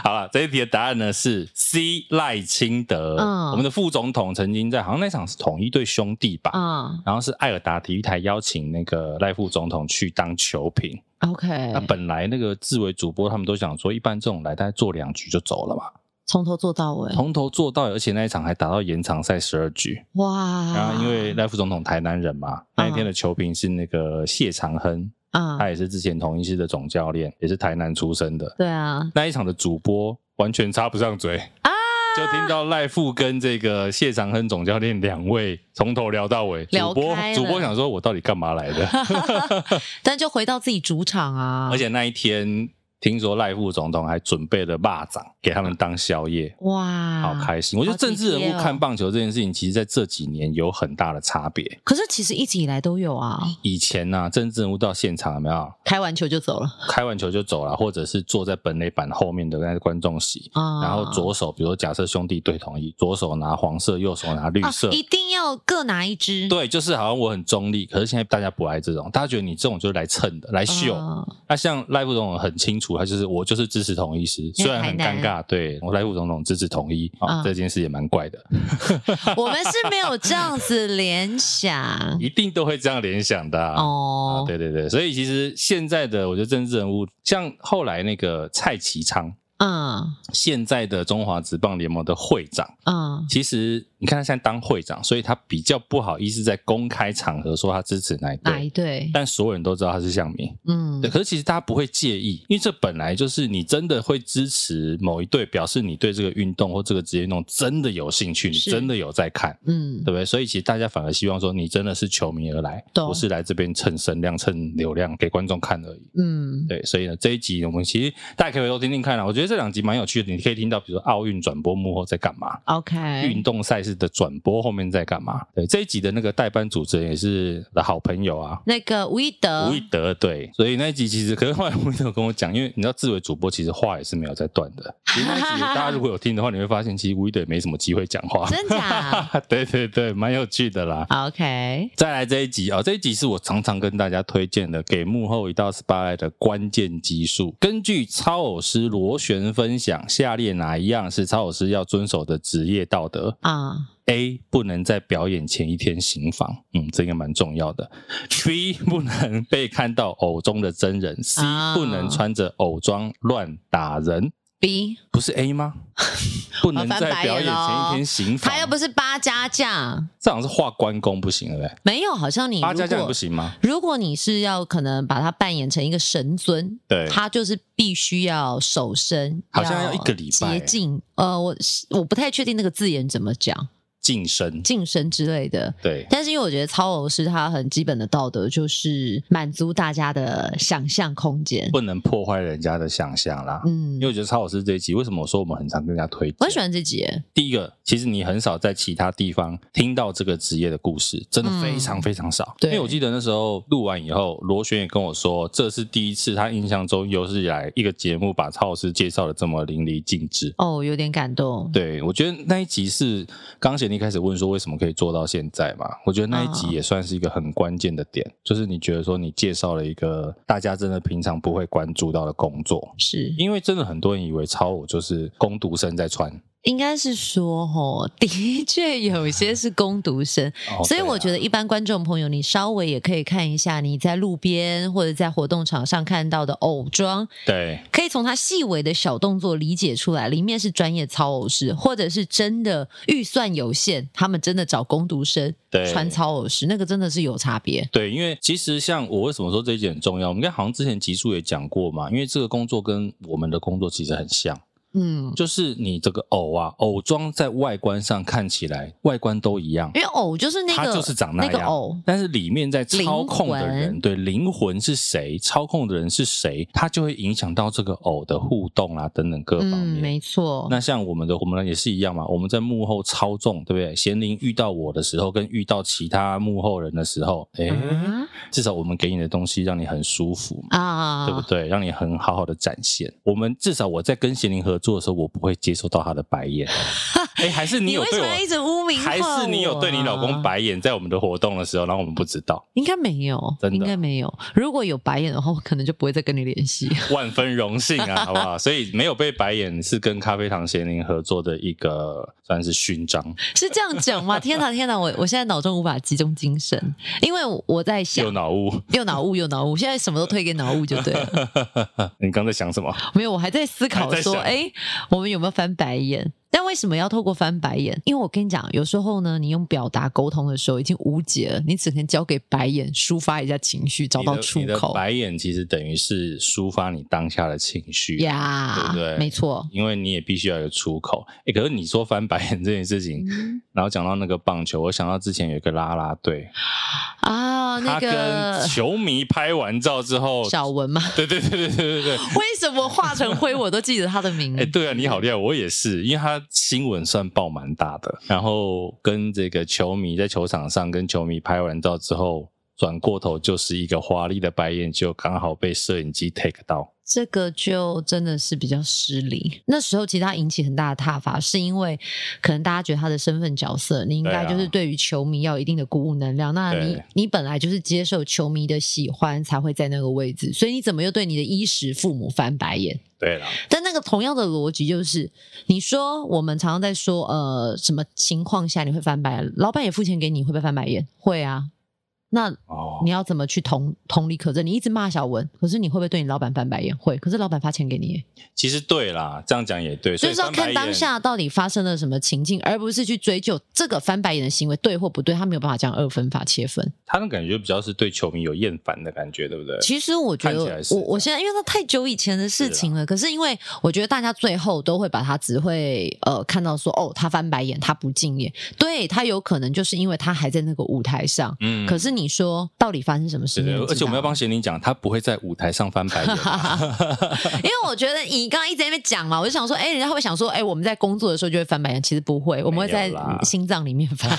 A: 好了，这一题的答案呢是 C 赖清德，
C: 嗯
A: 我们的副总统曾经在好像那场是统一对兄弟吧，
C: 啊、
A: 然后是艾尔达体育台邀请那个赖副总统去当球评。
C: o k
A: 那啊本来那个自为主播他们都想说，一般这种来大概做两局就走了嘛，
C: 从头做到尾，
A: 从头做到尾，而且那一场还打到延长赛十二局。
C: 哇！
A: 然啊后因
C: 啊
A: 为赖副总统台南人嘛，那一天
C: 嗯
A: 的球评是那个谢长亨，
C: 啊、
A: 他也是之前同一师的总教练，也是台南出身的。
C: 对啊，
A: 那一场的主播完全插不上嘴
C: 啊。
A: 就听到赖富跟这个谢长亨总教练两位从头聊到尾，主
C: 聊
A: 播
C: 开了啊
A: 主播想说，我到底干嘛来的？
C: 但就回到自己主场啊，
A: 而且那一天，听说赖副总统还准备了蚂蚱给他们当宵夜，
C: 哇，
A: 好开心。我觉得政治人物
C: 哦
A: 看棒球这件事情，其实在这几年有很大的差别。
C: 可是其实一直以来都有啊，
A: 以前呐、啊，政治人物到现场有没有
C: 开完球就走了
A: 开完球就走了，或者是坐在本垒板后面的那个观众席，
C: 啊，
A: 然后左手，比如说假设兄弟对统一，左手拿黄色，右手拿绿
C: 啊
A: 色。
C: 一定要各拿一支，
A: 对，就是好像我很中立，可是现在大家不爱这种，大家觉得你这种就是来蹭的，来秀。
C: 啊
A: 那像赖副总统很清楚，他就是我就是支持统一师，
C: 在
A: 虽然很尴
C: 台
A: 尬，对我赖副总统支持统一啊，
C: 嗯
A: 这件事也蛮怪的，
C: 我们是没有这样子联想
A: 一定都会这样联想的啊。啊
C: 哦，
A: 对对对，所以其实现在的我觉得政治人物，像后来那个蔡其昌，
C: 嗯
A: 现在的中华职棒联盟的会长，
C: 嗯
A: 其实你看他现在当会长，所以他比较不好意思在公开场合说他支持哪一
C: 哪一
A: 队，
C: 队？
A: 但所有人都知道他是乡民。
C: 嗯
A: 对，可是其实大家不会介意，因为这本来就是你真的会支持某一队，表示你对这个运动或这个职业运动真的有兴趣，你
C: 是
A: 真的有在看，
C: 嗯
A: 对，不对？所以其实大家反而希望说你真的是球迷而来，
C: 懂
A: 不是来这边蹭声量、蹭流量给观众看而已。
C: 嗯，
A: 对，所以呢，这一集我们其实大家可以回啊头听听看啦。我觉得这两集蛮有趣的，你可以听到比如说奥运转播幕后在干嘛，
C: ，OK，
A: 运动赛事始的转播后面在干嘛。对，这一集的那个代班主持人也是我的好朋友啊，
C: 那个吴一德
A: 吴一，德对，所以那一集其实，可是后来吴一德跟我讲，因为你知道志伟主播其实话也是没有在断的，其实那一集大家如果有听的话，你会发现其实吴一德也没什么机会讲话，
C: 真 假
A: 对对对，蛮有趣的啦。
C: ？OK，
A: 再来这一集哦，这一集是我常常跟大家推荐的，给幕后一道 spotlight 的关键基数。根据超偶师罗璇分享，下列哪一样是超偶师要遵守的职业道德
C: 啊，
A: ？A. 不能在表演前一天行房，嗯，这个蛮重要的。B. 不能被看到偶中的真人。C.
C: 啊
A: 不能穿着偶装乱打人。
C: B，
A: 不是 A 吗？不能
C: 翻
A: 在
C: 白
A: 表演
C: 眼
A: 前
C: 咯
A: 一天行房，
C: 他又不是八家将，
A: 这好像是画关公不行，对不对？
C: 没有，好像你
A: 八
C: 如
A: 家将也不
C: 果
A: 行吗？
C: 如果你是要可能把它扮演成一个神尊，
A: 对，
C: 他就是必须要守身，
A: 好像要一个礼拜
C: 洁净。呃，我我不太确定那个字眼怎么讲，
A: 晋升，
C: 净身之类的。
A: 对，
C: 但是因为我觉得超偶是他很基本的道德，就是满足大家的想象空间。
A: 不能破坏人家的想象啦。
C: 嗯
A: 因为，我觉得超老师这一集，为什么我说我们很常跟人家推荐？
C: 我很喜欢这集耶，
A: 第一个，其实你很少在其他地方听到这个职业的故事，真的非常非常少。
C: 嗯对
A: 因为我记得那时候录完以后，罗璇也跟我说，这是第一次他印象中有史以来一个节目把超老师介绍的这么淋漓尽致。
C: 哦，有点感动。
A: 对，我觉得那一集是刚贤一开始问说为什么可以做到现在嘛？我觉得那一集
C: 嗯
A: 也算是一个很关键的点，就是你觉得说你介绍了一个大家真的平常不会关注到的工作，
C: 是，
A: 因为真的很多人以为超我就是工读生在穿，
C: 应该是说，吼，的确有些是攻读生，
A: 哦
C: 所以我觉
A: 对啊
C: 得一般观众朋友，你稍微也可以看一下你在路边或者在活动场上看到的偶装，
A: 对
C: 可以从他细微的小动作理解出来，里面是专业操偶师，或者是真的预算有限，他们真的找工读生
A: 对
C: 穿操偶师，那个真的是有差别。
A: 对，因为其实像我为什么说这一点很重要，我们应该好像之前集数也讲过嘛，因为这个工作跟我们的工作其实很像，
C: 嗯，
A: 就是你这个偶啊，偶装在外观上看起来外观都一样
C: 因。为偶就是那
A: 它
C: 个
A: 就是长那样啊
C: 个偶，
A: 但是里面在操控的
C: 灵
A: 人，
C: 魂
A: 对灵魂是谁，操控的人是谁，它就会影响到这个偶的互动啊等等各方
C: 嗯，
A: 面。
C: 没错。
A: 那像我们的我们也是一样嘛，我们在幕后操纵，对不对？贤玲遇到我的时候，跟遇到其他幕后人的时候，哎、
C: 啊
A: 至少我们给你的东西让你很舒服嘛，
C: 啊，
A: 对不对？让你很好好的展现。我们至少我在跟贤玲合作的时候，我不会接受到她的白 眼。哎、还是你
C: 你
A: 有
C: 为
A: 对
C: 什
A: 我
C: 么要一直污名化
A: 还是你有对你老
C: 我
A: 公
C: 啊
A: 白眼，在我们的活动的时候，然后我们不知道，
C: 应该没有，
A: 真的
C: 应该没有。如果有白眼的话，我可能就不会再跟你联系。
A: 万分荣幸啊，好不好？所以没有被白眼是跟咖啡堂贤玲合作的一个算是勋章，
C: 是这样讲 吗？天哪，天哪！我我现在脑中无法集中精神，因为我在想
A: 有脑雾。
C: 又脑雾又脑雾，现在什么都推给脑雾就对了。
A: 你刚才想什么？
C: 没有，我还在思考
A: 还在
C: 说，
A: 想
C: 哎，我们有没有翻白眼？但为什么要透过翻白眼？因为我跟你讲，有时候呢，你用表达沟通的时候已经无解了，你只能交给白眼抒发一下情绪，找到出
A: 你的你的
C: 口
A: 白眼其实等于是抒发你当下的情绪啊
C: 呀
A: 对不对
C: 没错，
A: 因为你也必须要有出口。诶，可是你说翻白眼这件事情，
C: 嗯
A: 然后讲到那个棒球，我想到之前有一个啦啦队，
C: 啊，
A: 他
C: 那个
A: 跟球迷拍完照之后，
C: 小文嘛，
A: 对对对对对对对。
C: 为什么化成灰我都记得他的名
A: 哎、
C: 字？
A: 对啊，你好厉害！我也是，因为他新闻算报蛮大的，然后跟这个球迷在球场上跟球迷拍完照之后，转过头就是一个华丽的白眼，就刚好被摄影机 take 到。
C: 这个就真的是比较失礼。那时候其实他引起很大的挞伐，是因为可能大家觉得他的身份角色，你应该
A: 对啊
C: 就是对于球迷要有一定的鼓舞能量。那你
A: 对
C: 你本来就是接受球迷的喜欢才会在那个位置，所以你怎么又对你的衣食父母翻白眼？
A: 对了，
C: 但那个同样的逻辑就是，你说我们常常在说，呃，什么情况下你会翻白眼？老板也付钱给你，会不会翻白眼？会啊。那
A: 哦
C: 你要怎么去同同理可证？你一直骂小文，可是你会不会对你老板翻白眼？会，可是老板发钱给你耶，
A: 其实对啦，这样讲也对，所
C: 就
A: 以
C: 是要
A: 翻白
C: 看
A: 眼
C: 当下到底发生了什么情境，而不是去追究这个翻白眼的行为对或不对。他没有办法这样二分法切分。
A: 他那感觉比较是对球迷有厌烦的感觉，对不对？
C: 其实我觉
A: 看起来
C: 得
A: 是
C: 我，
A: 这
C: 我
A: 样
C: 现在因为那太久以前的事情了，可是因为我觉得大家最后都会把他只会呃看到说哦，他翻白眼，他不敬业，对他有可能就是因为他还在那个舞台上，
A: 嗯
C: 可是你说到底发生什么事
A: 对
C: 情，
A: 对，
C: 你知道
A: 而且我们要帮贤玲讲，她不会在舞台上翻白眼。啊
C: 因为我觉得你刚刚一直在那边讲嘛，我就想说，哎、人家会不会想说，哎、我们在工作的时候就会翻白眼？其实不会，我们会在
A: 没有啦
C: 心脏里面 翻，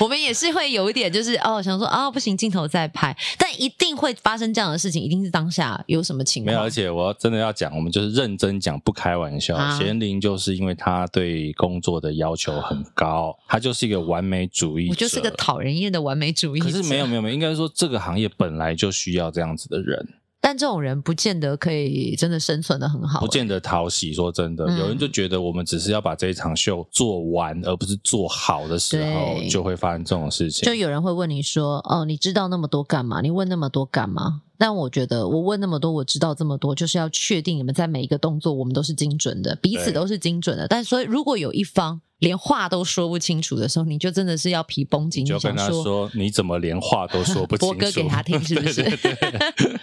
C: 我们也是会有一点就是哦，想说啊、不行，镜头在拍，但一定会发生这样的事情，一定是当下有什么情
A: 没有，而
C: 况。
A: 且我真的要讲，我们就是认真讲，不开玩笑
C: 啊。
A: 贤玲就是因为她对工作的要求很高，她就是一个完美主义者。
C: 我就是个讨人厌的完美主义者，
A: 可是没有没有没有，应该说这个行业本来就需要这样子的人，
C: 但这种人不见得可以真的生存的很好、啊
A: 不见得讨喜。说真的，
C: 嗯
A: 有人就觉得我们只是要把这一场秀做完，而不是做好的时候，
C: 对
A: 就会发生这种事情
C: 就。有人会问你说：“哦，你知道那么多干嘛？你问那么多干嘛？”但我觉得我问那么多，我知道这么多，就是要确定你们在每一个动作，我们都是精准的，彼此
A: 对
C: 都是精准的。但所以，如果有一方连话都说不清楚的时候，你就真的是要皮绷紧，
A: 你就跟
C: 想
A: 他
C: 说。
A: 说，你怎么连话都说不清
C: 播
A: 楚？
C: 歌给他听是不是
A: 对对对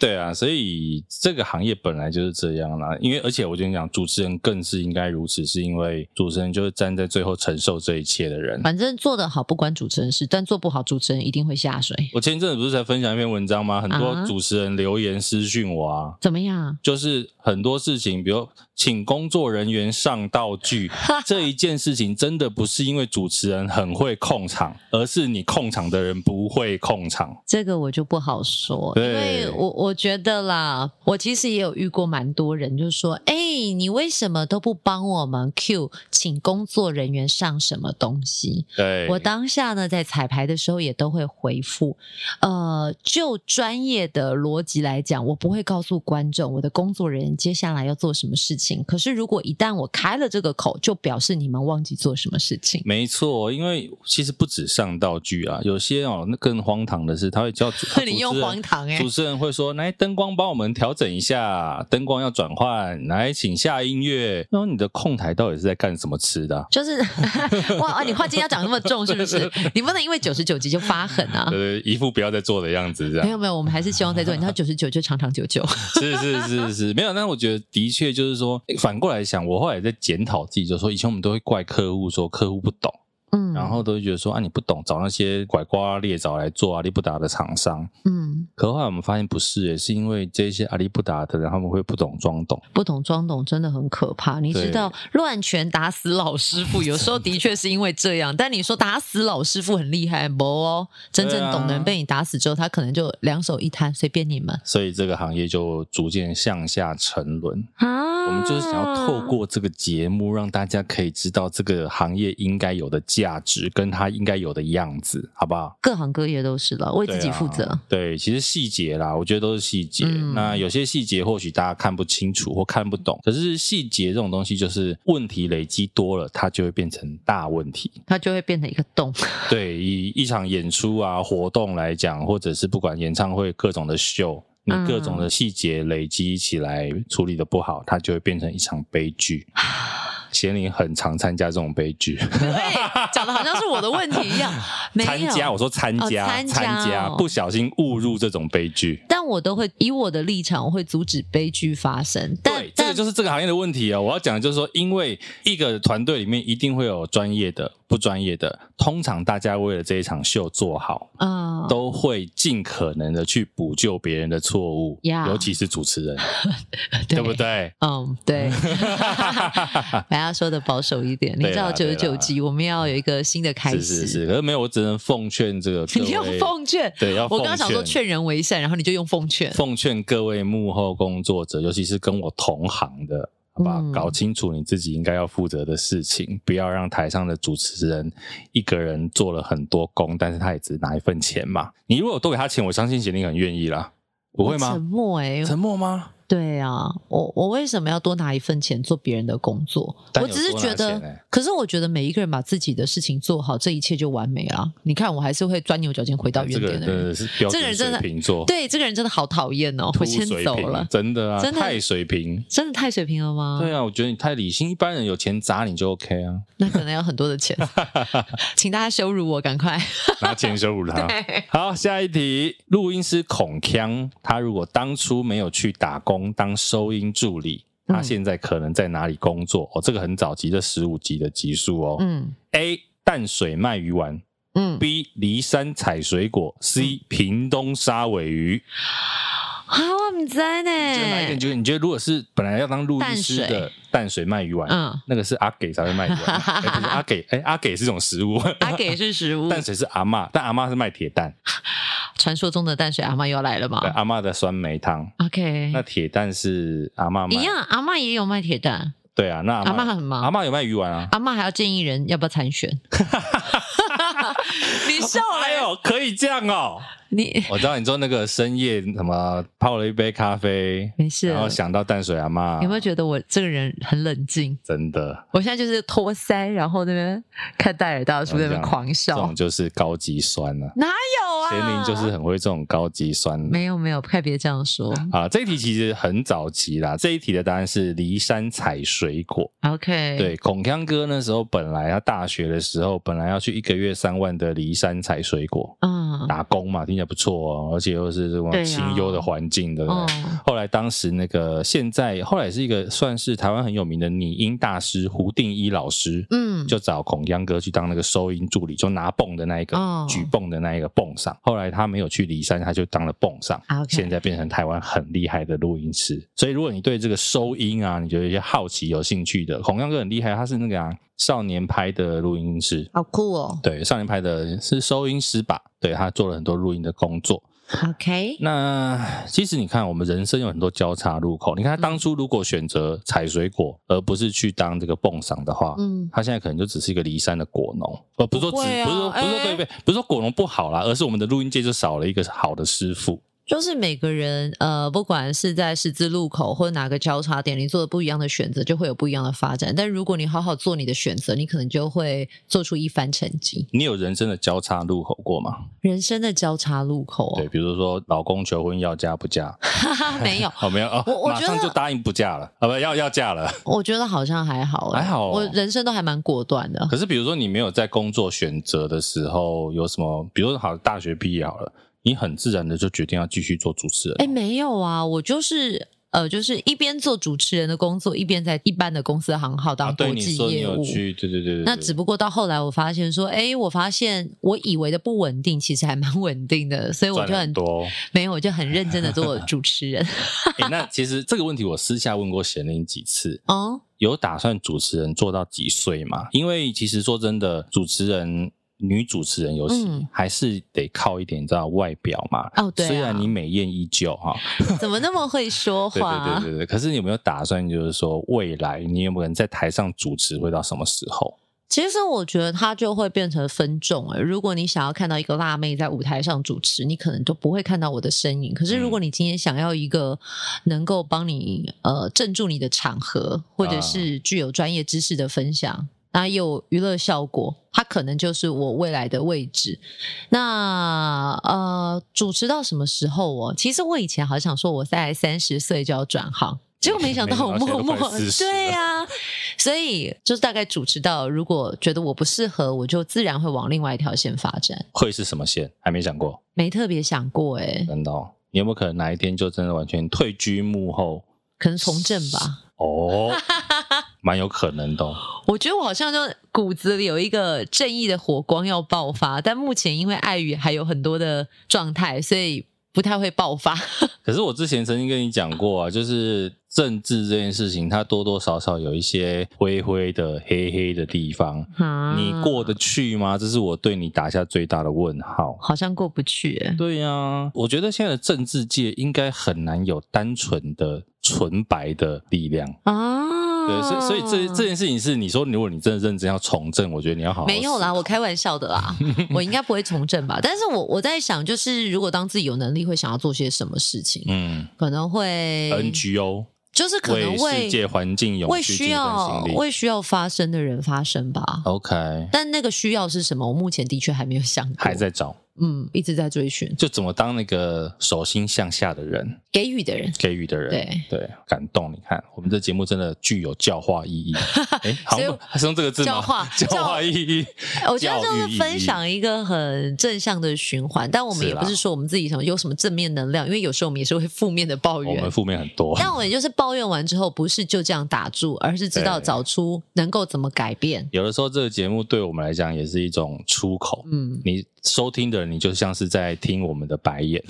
A: 对啊，所以这个行业本来就是这样啦。因为而且我跟你讲，主持人更是应该如此，是因为主持人就是站在最后承受这一切的人。
C: 反正做得好不关主持人事，但做不好主持人一定会下水。
A: 我前一阵子不是才分享一篇文章吗？很
C: 啊
A: 多主持人留言私讯我啊，
C: 怎么样？
A: 就是很多事情，比如请工作人员上道 具这一件事情，真的不是因为主持人很会控场，而是你控场的人不会控场。
C: 这个我就不好说，因
A: 对
C: 为我我觉得啦，我其实也有遇过蛮多人，就说：“哎、你为什么都不帮我们 Q，请工作人员上什么东西？”
A: 对，
C: 我当下呢，在彩排的时候也都会回复，呃，就专业的逻辑来讲，我不会告诉观众我的工作人员接下来要做什么事情。可是如果一旦我开了这个口，就表示你们忘记做什么事情。，
A: 没错，因为其实不止上道具啊，有些哦，那更荒唐的是，他会叫主
C: 你用荒唐欸
A: 主持人会说：“来，灯光帮我们调整一下，灯光要转换，来，请下音乐。”然后你的控台到底是在干什么吃的啊、
C: 就是 哇，啊你话今天要讲那么重是不 是？你不能因为九十九集就发狠啊！
A: 呃，一副不要再做的样子，这样
C: 没有没有，我们还是希望在做，你知道九十九就长长久 久。
A: 是是是是，没有。但我觉得的确就是说，诶反过来想，我后来在检讨自己，就说以前我们都会怪客户，说客户不懂，
C: 嗯，
A: 然后都会觉得说啊，你不懂，找那些拐瓜裂枣来做阿啊里不达的厂商。
C: 嗯，
A: 可后来我们发现不是耶，是因为这些阿里不达的人，他们会不懂装懂。
C: 不懂装懂真的很可怕。你知
A: 对
C: 道乱拳打死老 师傅，有时候的确是因为这样。但你说打死老师傅很厉害，不哦，真正懂的人被你打死之后，他可能就两手一摊，随便你们
A: 所以这个行业就逐渐向下沉沦。
C: 啊。
A: 我们就是想要透过这个节目，让大家可以知道这个行业应该有的价值，跟它应该有的样子，好不好？
C: 各行各业都是了，为
A: 对
C: 自己负责。
A: 啊。对，其实细节啦，我觉得都是细节。
C: 嗯
A: 那有些细节或许大家看不清楚或看不懂，可是细节这种东西，就是问题累积多了，它就会变成大问题。
C: 它就会变成一个 洞，
A: 对，以一场演出啊、活动来讲，或者是不管演唱会各种的秀。你
C: 嗯
A: 各种的细节累积起来，处理的不好，它就会变成一场悲剧。 贤玲很常参加这种悲剧，
C: 对，讲的好像是我的问 题一样。没有
A: 参加我说参
C: 哦
A: 加、
C: 参加
A: 参加，
C: 哦
A: 不小心误入这种悲剧。
C: 但我都会以我的立场，我会阻止悲剧发生。但
A: 对，这
C: 但
A: 个就是这个行业的问题啊、我要讲的就是说，因为一个团队里面一定会有专业的、不专业的，通常大家为了这一场秀做好，
C: 嗯，
A: 都会尽可能的去补救别人的错误
C: Yeah
A: 尤其是主持人，对不？对？
C: 嗯， 对，把它说的保守一点。你
A: 对啦
C: 知道九
A: 对
C: 十
A: 啦
C: 九集，我们要有一个新的 开
A: 是
C: 始。
A: 是是，可是没有，我只能奉劝这个各位，
C: 你用奉劝，
A: 对，要
C: 我刚刚想说
A: 奉劝
C: 劝人为善，然后你就用奉劝。
A: 奉劝各位幕后工作者，尤其是跟我同行的，好吧，
C: 嗯
A: 搞清楚你自己应该要负责的事情，不要让台上的主持人一个人做了很多工，但是他也只拿一份钱嘛。你如果多给他钱，我相信贤玲很愿意啦，不会
C: 我沉
A: 吗？
C: 默哎、
A: 沉默吗？
C: 对啊，我我为什么要多拿一份钱做别人的工作？
A: 但
C: 我
A: 有
C: 只是
A: 多拿
C: 觉得，
A: 钱欸
C: 可是我觉得每一个人把自己的事情做好，这一切就完美了。你看，我还是会钻牛角尖回到原
A: 嗯这个人
C: 点的
A: 真
C: 人。
A: 的是标
C: 这个
A: 准
C: 人真的
A: 水瓶座，
C: 对，这个人真的好讨厌哦！
A: 秃
C: 我先
A: 水
C: 走
A: 瓶
C: 了，
A: 真的啊，
C: 真的嗯
A: 太水平。
C: 真的太水平了吗？
A: 对啊，我觉得你太理性，一般人有钱砸你就 OK 啊，
C: 那可能要很多的 钱，请大家羞辱我，赶快！
A: 拿钱羞辱 他。啊好，下一题，录音师孔锵，他如果当初没有去打工当收音助理，
C: 嗯
A: 他现在可能在哪里工作？哦，这个很早期，这十五集的集数哦。
C: 嗯
A: A 淡水卖鱼丸
C: 嗯
A: B 骊山采水果，C 屏东沙尾鱼。
C: 啊，我唔知呢
A: 就哪一个？你觉得你觉得如果是本来要当路易
C: 哎淡
A: 斯的淡水卖鱼丸，
C: 嗯，
A: 那个是阿给才会卖鱼 丸，哎不是阿给，哎、阿给是种食物，
C: 阿给是食物，
A: 淡水是阿嬷，但阿嬷是卖铁蛋，
C: 传说中的淡水阿妈又要来了嘛
A: 对阿嬷的酸梅汤。
C: ？OK，
A: 那铁蛋是阿嬷
C: 哎一
A: 卖，
C: 样，阿妈也有卖铁蛋，
A: 对啊，那阿
C: 阿嬷
A: 嬷
C: 很忙
A: 阿嬷有卖鱼丸啊。
C: 阿妈还要建议人要不要 参选。你笑啊
A: 哎
C: 了，
A: 呦，可以这样哦！
C: 你
A: 我知道你说那个深夜什么泡了一杯咖啡，
C: 没事
A: 然后想到淡水阿嬷，
C: 有没有觉得我这个人很冷静？
A: 真的？
C: 我现在就是托腮，然后那边看戴尔大叔在那边狂
A: 这
C: 笑
A: 种，就是高级酸啊。
C: 哪有啊？
A: 咸宁就是很会这种高级酸
C: 没有没有，快别这样说。
A: 啊。这一题其实很早期啦，这一题的答案是骊山采水果。
C: OK，，
A: 对，孔锵哥那时候本来他大学的时候，本来要去一个月三万的骊山采水果
C: 嗯，
A: 打工嘛，听起来不错哦，而且又是这种
C: 对啊
A: 清幽的环境，对不对？
C: 哦，
A: 后来当时那个现在后来是一个算是台湾很有名的拟音大师胡定一老师，
C: 嗯，
A: 就找孔央哥去当那个收音助理，就拿泵的那一个、
C: 哦
A: 举泵的那一个泵上。后来他没有去骊山，他就当了泵上
C: OK
A: 现在变成台湾很厉害的录音师。所以如果你对这个收音啊，你觉得有些好奇、有兴趣的，孔央哥很厉害，他是那个、啊、少年派的录音师。
C: 好酷哦。
A: 对，少年派的是收音师吧？对他做了很多录音的工作。
C: OK，
A: 那其实你看，我们人生有很多交叉路口。你看他当初如果选择采水果，而不是去当这个泵赏的话，
C: 嗯，
A: 他现在可能就只是一个骊山的果农，呃，不是说
C: 不
A: 只
C: 会啊
A: 不是说不是说
C: 哎
A: 对不对，不是说果农不好啦，而是我们的录音界就少了一个好的师傅。
C: 就是每个人呃，不管是在十字路口或者哪个交叉点，你做的不一样的选择，就会有不一样的发展。但如果你好好做你的选择，你可能就会做出一番成绩。
A: 你有人生的交叉路口过吗？
C: 人生的交叉路口、哦，
A: 对，比如说老公求婚要嫁不嫁？
C: 哈哈， 没 有，
A: 哦，没有哦，
C: 我我
A: 马
C: 觉得
A: 上就答应不嫁了，啊，不要要嫁了。
C: 我觉得好像还好欸，
A: 还好哦
C: 我人生都还蛮果断的。
A: 可是比如说你没有在工作选择的时候有什么，比如说好大学毕业好了，你很自然的就决定要继续做主持人。
C: 哎，没有啊，我就是呃，就是一边做主持人的工作，一边在一般的公司行号
A: 啊
C: 当
A: 对
C: 国
A: 你
C: 际
A: 说你
C: 业务
A: 有。去，对对对对，
C: 那
A: 对
C: 只不过到后来，我发现说，哎，我发现我以为的不稳定，其实还蛮稳定的，所以我
A: 赚
C: 就
A: 了
C: 很
A: 多。
C: 没有，我就很认真的做主持人。
A: 哎，那其实这个问题我私下问过贤玲几次，
C: 哦，
A: 有打算主持人做到几岁吗？因为其实说真的，主持人女主持人尤其、
C: 嗯
A: 还是得靠一点，你知道外表嘛。
C: 哦对啊
A: 虽然你美艳依旧哈，
C: 怎么那么会 说
A: 对
C: 话？
A: 对对对对。可是你有没有打算，就是说未来你有没有人在台上主持会到什么时候？
C: 其实我觉得它就会变成分众诶。如果你想要看到一个辣妹在舞台上主持，你可能就不会看到我的身影。可是如果你今天想要一个能够帮你呃镇住你的场合，或者是具有专业知识的分享，那又有娱乐效果，它可能就是我未来的位置。那呃，主持到什么时候哦？其实我以前好想说我在三十岁就要转行，结果没想到我
A: 哎没想到
C: 默默
A: 现在都快40了
C: 对呀、所以就是大概主持到，如果觉得我不适合，我就自然会往另外一条线发展。
A: 会是什么线？还没想过，
C: 没特别想过哎诶、
A: 真的、哦。你有没有可能哪一天就真的完全退居幕后？
C: 可能从政吧。
A: 哦，蛮有可能的哦、
C: 我觉得我好像就骨子里有一个正义的火光要爆发，但目前因为碍于还有很多的状态，所以不太会爆发。
A: 可是我之前曾经跟你讲过啊，就是政治这件事情，它多多少少有一些灰灰的、黑黑的地方。
C: 嗯
A: 你过得去吗？这是我对你打下最大的问号。
C: 好像过不去、欸。
A: 对呀、我觉得现在的政治界应该很难有单纯的、纯白的力量。
C: 啊，
A: 对，所以所以这这件事情是你说，如果你真的认真要从政，我觉得你要好好
C: 没有啦，
A: 思
C: 我开玩笑 的啦，我应该不会从政吧？但是我我在想，就是如果当自己有能力，会想要做些什么事情？
A: 嗯
C: 可能会
A: ，NGO
C: 就是可能
A: 为世界
C: 为
A: 环境永
C: 为
A: 续
C: 需
A: 尽一份
C: 要
A: 心力。哦
C: 为需要发声的人发声吧。
A: OK，
C: 但那个需要是什么？我目前的确还没有想过，
A: 还在找。
C: 嗯一直在追寻
A: 就怎么当那个手心向下的人，
C: 给予的人。
A: 给予的人，
C: 对
A: 感动。你看，我们这节目真的具有教化意 义。哎，好
C: 所以
A: 像是用这个字吗？
C: 教化
A: 教化意义，
C: 我觉得就
A: 教育意
C: 是
A: 义
C: 分享一个很正向的循环，但我们
A: 是
C: 也
A: 啦
C: 不是说我们自己什么有什么正面能量，因为有时候我们也是会负面的抱
A: 我们
C: 怨。
A: 负面很多。
C: 但我也就是抱怨完之后，不是就这样打住，而是知道
A: 对
C: 找出能够怎么改变。
A: 有的时候，这个节目对我们来讲也是一种出口。
C: 嗯，
A: 你收听的人，你就像是在听我们的白眼，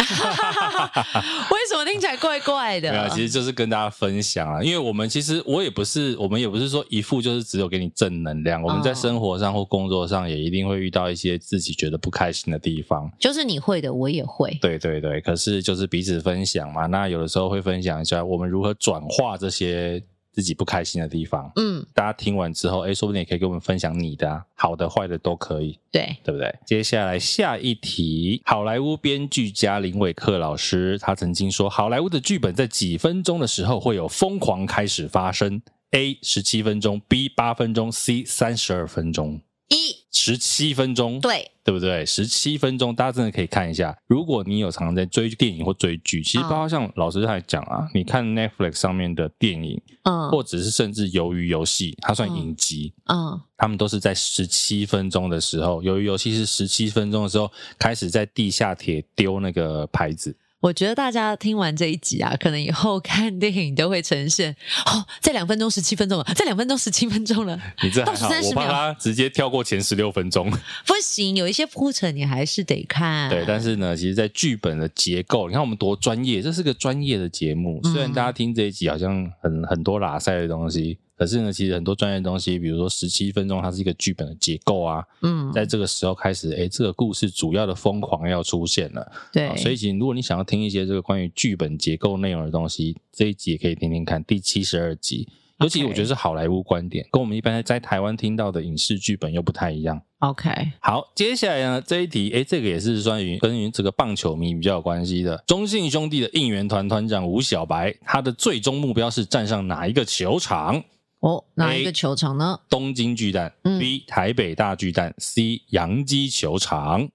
C: 为什么听起来怪怪
A: 没有，啊
C: 的？
A: 其实就是跟大家分享啊。因为我们其实我也不是，我们也不是说一副就是只有给你正能量。我们在
C: 哦
A: 生活上或工作上也一定会遇到一些自己觉得不开心的地方。
C: 就是你会的，我也会。
A: 对对对，可是就是彼此分享嘛。那有的时候会分享一下我们如何转化这些自己不开心的地方。
C: 嗯，
A: 大家听完之后，哎，说不定也可以跟我们分享你的、啊，好的、坏的都可以，
C: 对，
A: 对不对？接下来下一题，好莱坞编剧家林伟克老师，他曾经说，好莱坞的剧本在几分钟的时候会有疯狂开始发生：A 十七分钟，B 八分钟，C 三十二分钟。
C: 一
A: 十七分钟，
C: 对
A: 对不对？十七分钟，大家真的可以看一下。如果你有常常在追电影或追剧，其实包
C: 嗯
A: 括像老师他也讲啊，你看 Netflix 上面的电影，
C: 嗯
A: 或者是甚至《鱿鱼游戏》，它算影集，
C: 嗯
A: 他们都是在十七分钟的时候，《鱿鱼游戏》是十七分钟的时候开始在地下铁丢那个牌子，
C: 我觉得大家听完这一集啊，可能以后看电影都会呈现哦，这两分钟十七分钟了，这两分钟十七分钟了，
A: 你这还好
C: 倒数，30
A: 我怕
C: 秒
A: 他直接跳过前十六分钟。
C: 不行，有一些铺陈你还是得看。
A: 对，但是呢，其实，在剧本的结构，你看我们多专业，这是个专业的节目。
C: 嗯
A: 虽然大家听这一集好像很很多拉塞的东西，可是呢，其实很多专业的东西，比如说十七分钟，它是一个剧本的结构啊，
C: 嗯，
A: 在这个时候开始，诶，这个故事主要的疯狂要出现了。
C: 对
A: 好，所以其实如果你想要听一些这个关于剧本结构内容的东西，这一集也可以听听看，第七十二集。尤其
C: OK
A: 我觉得是好莱坞观点，跟我们一般在台湾听到的影视剧本又不太一样。
C: OK，
A: 好，接下来呢这一题，诶，这个也是关于跟于这个棒球迷比较有关系的。中信兄弟的应援团团长吴小白，他的最终目标是站上哪一个球场？
C: 哦，哪
A: A
C: 一个球场呢？
A: 东京巨蛋、
C: 嗯
A: b 台北大巨蛋，C 洋基球场。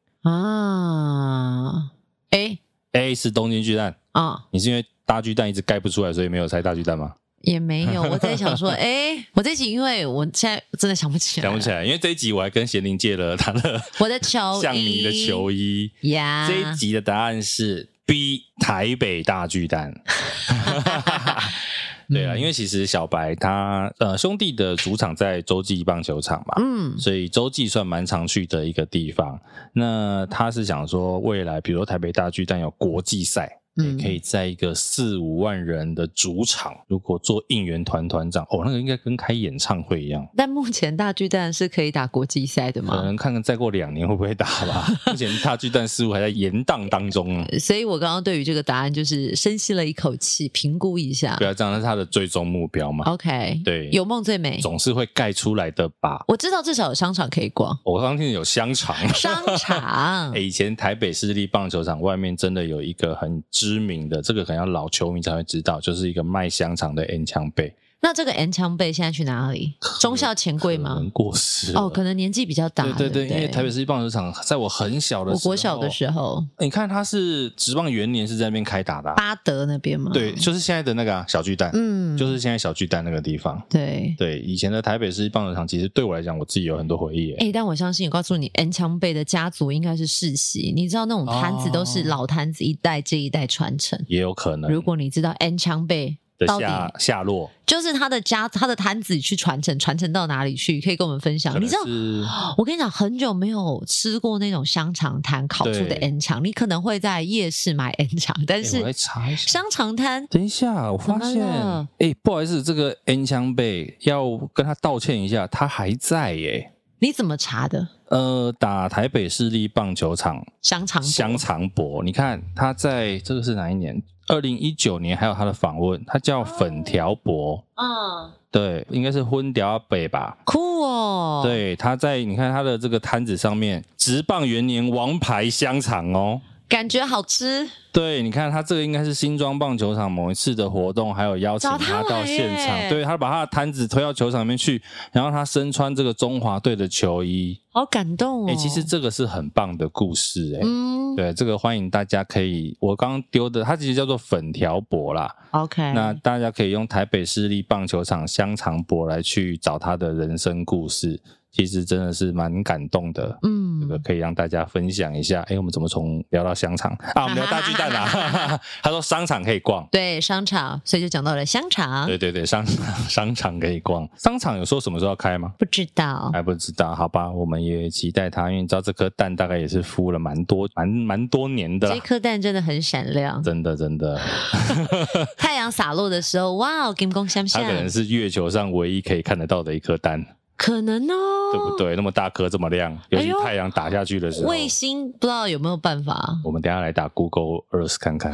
C: 啊，哎
A: A 是东京巨蛋，
C: 啊，
A: 你是因为大巨蛋一直盖不出来，所以没有猜大巨蛋吗？
C: 也没有，我 在想说，哎，我这集因为我现在真的想不起来，
A: 想不起来，因为这一集我还跟贤玲借了他的
C: 我啊的球衣，
A: 象迷的球衣。
C: 呀，
A: 这一集的答案是 B 台北大巨蛋。对啊，因为其实小白他呃兄弟的主场在洲际棒球场嘛，
C: 嗯
A: 所以洲际算蛮常去的一个地方。那他是想说未来，比如说台北大巨蛋有国际赛。
C: 嗯
A: 也可以在一个四五万人的主场，如果做应援团团长，哦，那个应该跟开演唱会一样，
C: 但目前大巨蛋是可以打国际赛的
A: 可
C: 吗？
A: 能看看再过两年会不会打 吧。目前大巨蛋似乎还在延宕当中啊。
C: 所以我刚刚对于这个答案就是深吸了一口气，评估一下
A: 不。要啊这样，那是他的最终目标嘛，
C: OK，
A: 啊对
C: 哦有梦最美。
A: 总是会盖出来的吧。
C: 我知道至少有商场可 以逛，
A: 我刚刚听有香肠，
C: 商 场
A: 欸以前台北市立棒球场外面真的有一个很知名的，这个可能要老球迷才会知道，就是一个卖香肠的 N 枪背，
C: 那这个 N 枪背现在去哪里？忠孝钱柜
A: 可
C: 吗
A: 能？过世了
C: 哦，可能年纪比较大。
A: 对
C: 对
A: 对对，
C: 不
A: 因为台北市立棒球场在我很小的时候，
C: 我国小的时候，
A: 你看它是职棒元年是在那边开打的啊、
C: 巴德那边吗？
A: 对，就是现在的那个啊小巨蛋，
C: 嗯，
A: 就是现在小巨蛋那个地方。
C: 对。
A: 对，以前的台北市立棒球场，其实对我来讲，我自己有很多回忆耶。
C: 哎、但我相信，我告诉你，N 枪背的家族应该是世袭。你知道那种摊子都是
A: 哦
C: 老摊子一代接一代传承。
A: 也有可能
C: 如果你知道 N 枪背
A: 的
C: 到底
A: 下下落，
C: 就是他的家，他的摊子去传承，传承到哪里去？可以跟我们分
A: 可
C: 享。
A: 能
C: 啊你知道，
A: 是
C: 我跟你讲，很久没有吃过那种香肠摊烤出的
A: 对
C: N 肠，你可能会在夜市买 N 肠，但
A: 欸我来
C: 是
A: 查一下。
C: 香肠摊
A: 等一下，我发
C: 怎
A: 现
C: 么了，
A: 哎、不好意思，这个 N 枪贝要跟他道歉一下，他还在耶。
C: 你怎么查的？
A: 呃，打台北市立棒球场
C: 香肠
A: 香肠博，你看他在这个是哪一年？二零一九年还有他的访问，他叫粉条博，
C: 嗯，
A: 对，应该是昏条北吧？
C: 酷哦，，
A: 对，他在你看他的这个摊子上面，直棒元年王牌香肠哦，
C: 感觉好吃，
A: 对，你看他这个应该是新庄棒球场某一次的活动，还有邀请
C: 找他来
A: 到现场，
C: 耶
A: 对他把他的摊子推到球场里面去，然后他身穿这个中华队的球衣，
C: 好感动哦。
A: 哎、其实这个是很棒的故事、诶哎、
C: 嗯
A: 对，这个欢迎大家可以，我刚刚丢的，它其实叫做粉条博啦，
C: ，OK，
A: 那大家可以用台北市立棒球场香肠博来去找他的人生故事，其实真的是蛮感动的。
C: 嗯，
A: 这个可以让大家分享一下，哎，我们怎么从聊到香肠啊？我们聊大巨蛋 啊。他说商场可以逛，
C: 对商场，所以就讲到了香肠
A: 对，对对，商场商场可以逛。商场有说什么时候要开吗？
C: 不知道
A: 还不知道，好吧，我们也期待它，因为你知道这颗蛋大概也是孵了蛮多蛮蛮多年的
C: 这
A: 啦，
C: 颗蛋真的很闪亮，
A: 真的真的，
C: 太阳洒落的时候，哇，哦金光闪
A: 它可能
C: 闪，
A: 是月球上唯一可以看得到的一颗蛋，
C: 可能哦，
A: 对不？对？那么大颗这么亮，尤
C: 哎
A: 其
C: 呦
A: 太阳打下去的时候，
C: 卫星不知道有没有办法。
A: 我们等一下来打 Google Earth 看 看。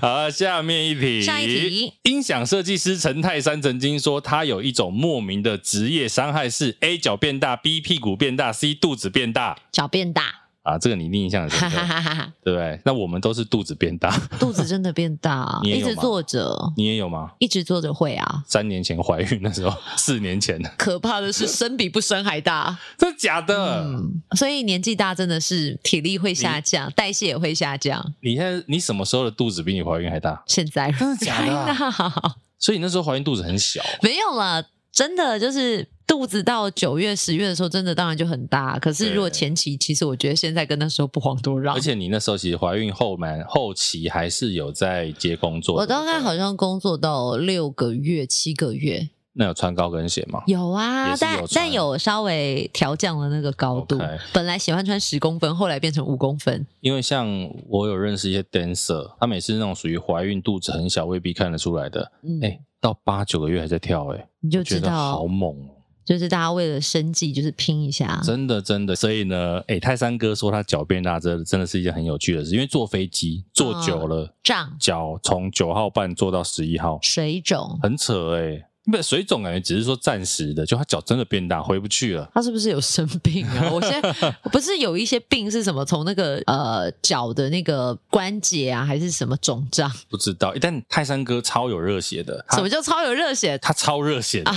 A: 好，下面一题。
C: 下一题，
A: 音响设计师陈泰山曾经说，他有一种莫名的职业伤害是 A 脚变大，B 屁股变大，C 肚子变大。
C: 脚变大，
A: 啊，这个你一定印象很
C: 哈
A: 深刻
C: 哈，哈哈哈，
A: 对不对？那我们都是肚子变大，
C: 肚子真的变大，
A: 你也
C: 一
A: 有
C: 直
A: 吗
C: 坐着，
A: 你也有吗？
C: 一直坐着会啊。
A: 三年前怀孕的时候，四年前，
C: 可怕的是生比不生还大，
A: 真的假的？
C: 嗯，所以年纪大真的是体力会下降，代谢也会下降。
A: 你现在你什么时候的肚子比你怀孕还大？
C: 现在
A: 真的假的 啊
C: China
A: 所以你那时候怀孕肚子很小，
C: 没有啦，真的就是肚子到九月、十月的时候，真的当然就很大。可是如果
A: 对
C: 前期，其实我觉得现在跟那时候不遑多让
A: 而。且你那时候其实怀孕后蛮后期还是有在接工作，
C: 我
A: 对不
C: 大
A: 对
C: 概好像工作到六个月、七个月，
A: 那有穿高跟鞋吗？
C: 有
A: 也
C: 啊，
A: 是
C: 但
A: 有穿
C: 但有稍微调降了那个高度。
A: OK
C: 本来喜欢穿十公分，后来变成五公分。
A: 因为像我有认识一些 dancer，他每次那种属于怀孕肚子很小未必看得出来的，
C: 嗯，
A: 哎、到八九个月还在跳、哎，
C: 你就
A: 觉
C: 知
A: 得好
C: 道，
A: 猛哦、
C: 就是大家为了生计，就是拼一下。
A: 真的真的。所以呢，哎、泰山哥说他脚变大，这真的是一件很有趣的事，因为坐飞机坐
C: 啊
A: 久了，
C: 胀、
A: 脚从九号半坐到十一号，
C: 水肿，
A: 很扯哎、不，水肿感觉只是说暂时的，就他脚真的变大，回不去了。
C: 他是不是有生病啊？我现在不是有一些病是什么？从那个呃脚的那个关节啊，还是什么肿胀？
A: 不知道，诶但泰山哥超有热血的，
C: 什
A: 他
C: 么叫超有热血？
A: 他超热血 的。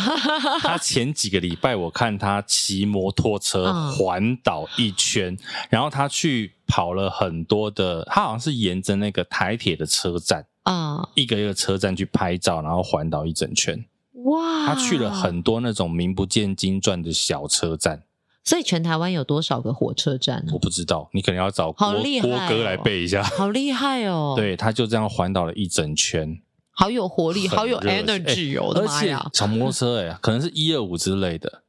A: 他前几个礼拜我看他骑摩托车
C: 嗯
A: 环岛一圈，然后他去跑了很多的，他好像是沿着那个台铁的车站，
C: 啊！
A: 一个一个车站去拍照，然后环岛一整圈。
C: 哇！
A: 他去了，很多那种名不见经传的小车站，
C: 所以全台湾有多少个火车站啊
A: 我？不知道，你可能要找郭
C: 好厉害哦
A: 郭哥来背一下。
C: 好厉害哦！，
A: 对，他就这样环岛了一整圈，
C: 好有活力，
A: 很
C: 好有
A: 热血哎
C: energy 哦！我的
A: 而
C: 妈
A: 且
C: 呀！
A: 小摩托车哎、可能是一二五之类 的。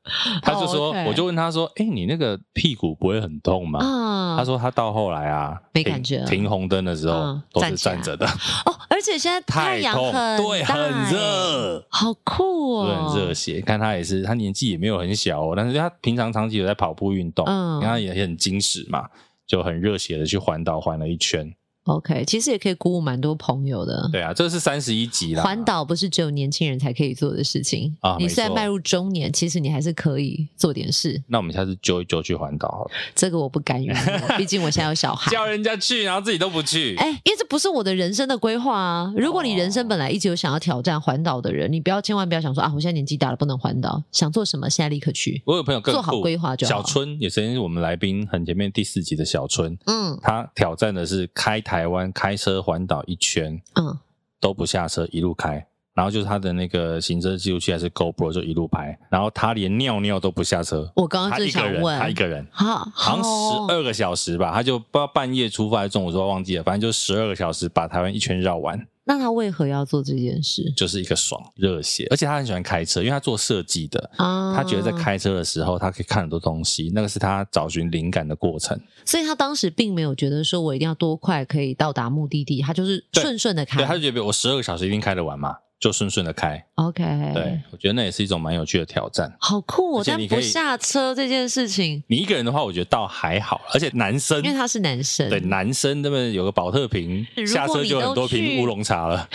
A: 他就说，
C: 哦，OK
A: 我就问他说，哎、你那个屁股不会很痛吗？
C: 啊，
A: 他说他到后来啊，
C: 没
A: 停
C: 感觉了
A: 停红灯的时候、
C: 嗯
A: 都是站
C: 站起
A: 着
C: 来
A: 的，
C: 哦，而且现在太
A: 太
C: 阳
A: 痛
C: 很，大
A: 对，很，热。
C: 好酷
A: 就
C: 哦，
A: 很热血，看他也是，他年纪也没有很小哦，但是他平常长期有在跑步运动，
C: 嗯
A: 嗯，他也很精实嘛，就很热血的去环岛环了一圈。
C: OK，其实也可以鼓舞蛮多朋友的。
A: 对啊，这是三十一集啦，
C: 环岛不是只有年轻人才可以做的事情
A: 啊
C: 你
A: 没
C: 虽然
A: 错
C: 迈入中年，其实你还是可以做点事。
A: 那我们下次揪一揪去环岛好了，
C: 这个我不 敢允诺，毕竟我现在有小孩。
A: 叫人家去，然后自己都不去，
C: 哎，因为这不是我的人生的规划啊！如果你人生本来一直有想要挑战环岛的人，你不要千万不要想说啊，我现在年纪大了不能环岛，想做什么现在立刻去。
A: 我有朋友更
C: 做好
A: 酷
C: 规划就好
A: 小春也曾经是我们来宾很前面第四集的小春，
C: 嗯
A: 他挑战的是开台湾开车环岛一圈
C: 嗯，
A: 都不下车，一路开。然后就是他的那个行车记录器还是 GoPro 就一路拍，然后他连尿尿都不下车，
C: 我刚刚
A: 他
C: 正
A: 一个
C: 哦想
A: 人，
C: 问，
A: 他一个人，
C: 好，
A: 好像
C: 哦
A: 十二个小时吧，他就不知道半夜出发还是中午出发忘记了，反正就十二个小时把台湾一圈绕完，
C: 那他为何要做这件事
A: 就是一个爽热血，而且他很喜欢开车，因为他做设计的，
C: 啊？
A: 他觉得在，开车的时候他可以看很多东西，那个是他找寻灵感的过程。
C: 所以他当时并没有觉得说我一定要多快可以到达目的地，他就是
A: 对
C: 顺顺的开
A: 对，他就觉得我十二个小时一定开得完嘛，就顺顺的开。
C: OK，
A: 对，，我觉得那也是一种蛮有趣的挑战。
C: 好酷哦！
A: 而且
C: 但
A: 你
C: 不
A: 可以
C: 下车这件事情，
A: 你一个人的话，我觉得倒还好，而且男生
C: 因为他是男生，
A: 对男生那么有个保特瓶，
C: 如果
A: 下车就很多
C: 你都
A: 瓶
C: 去
A: 乌龙茶了。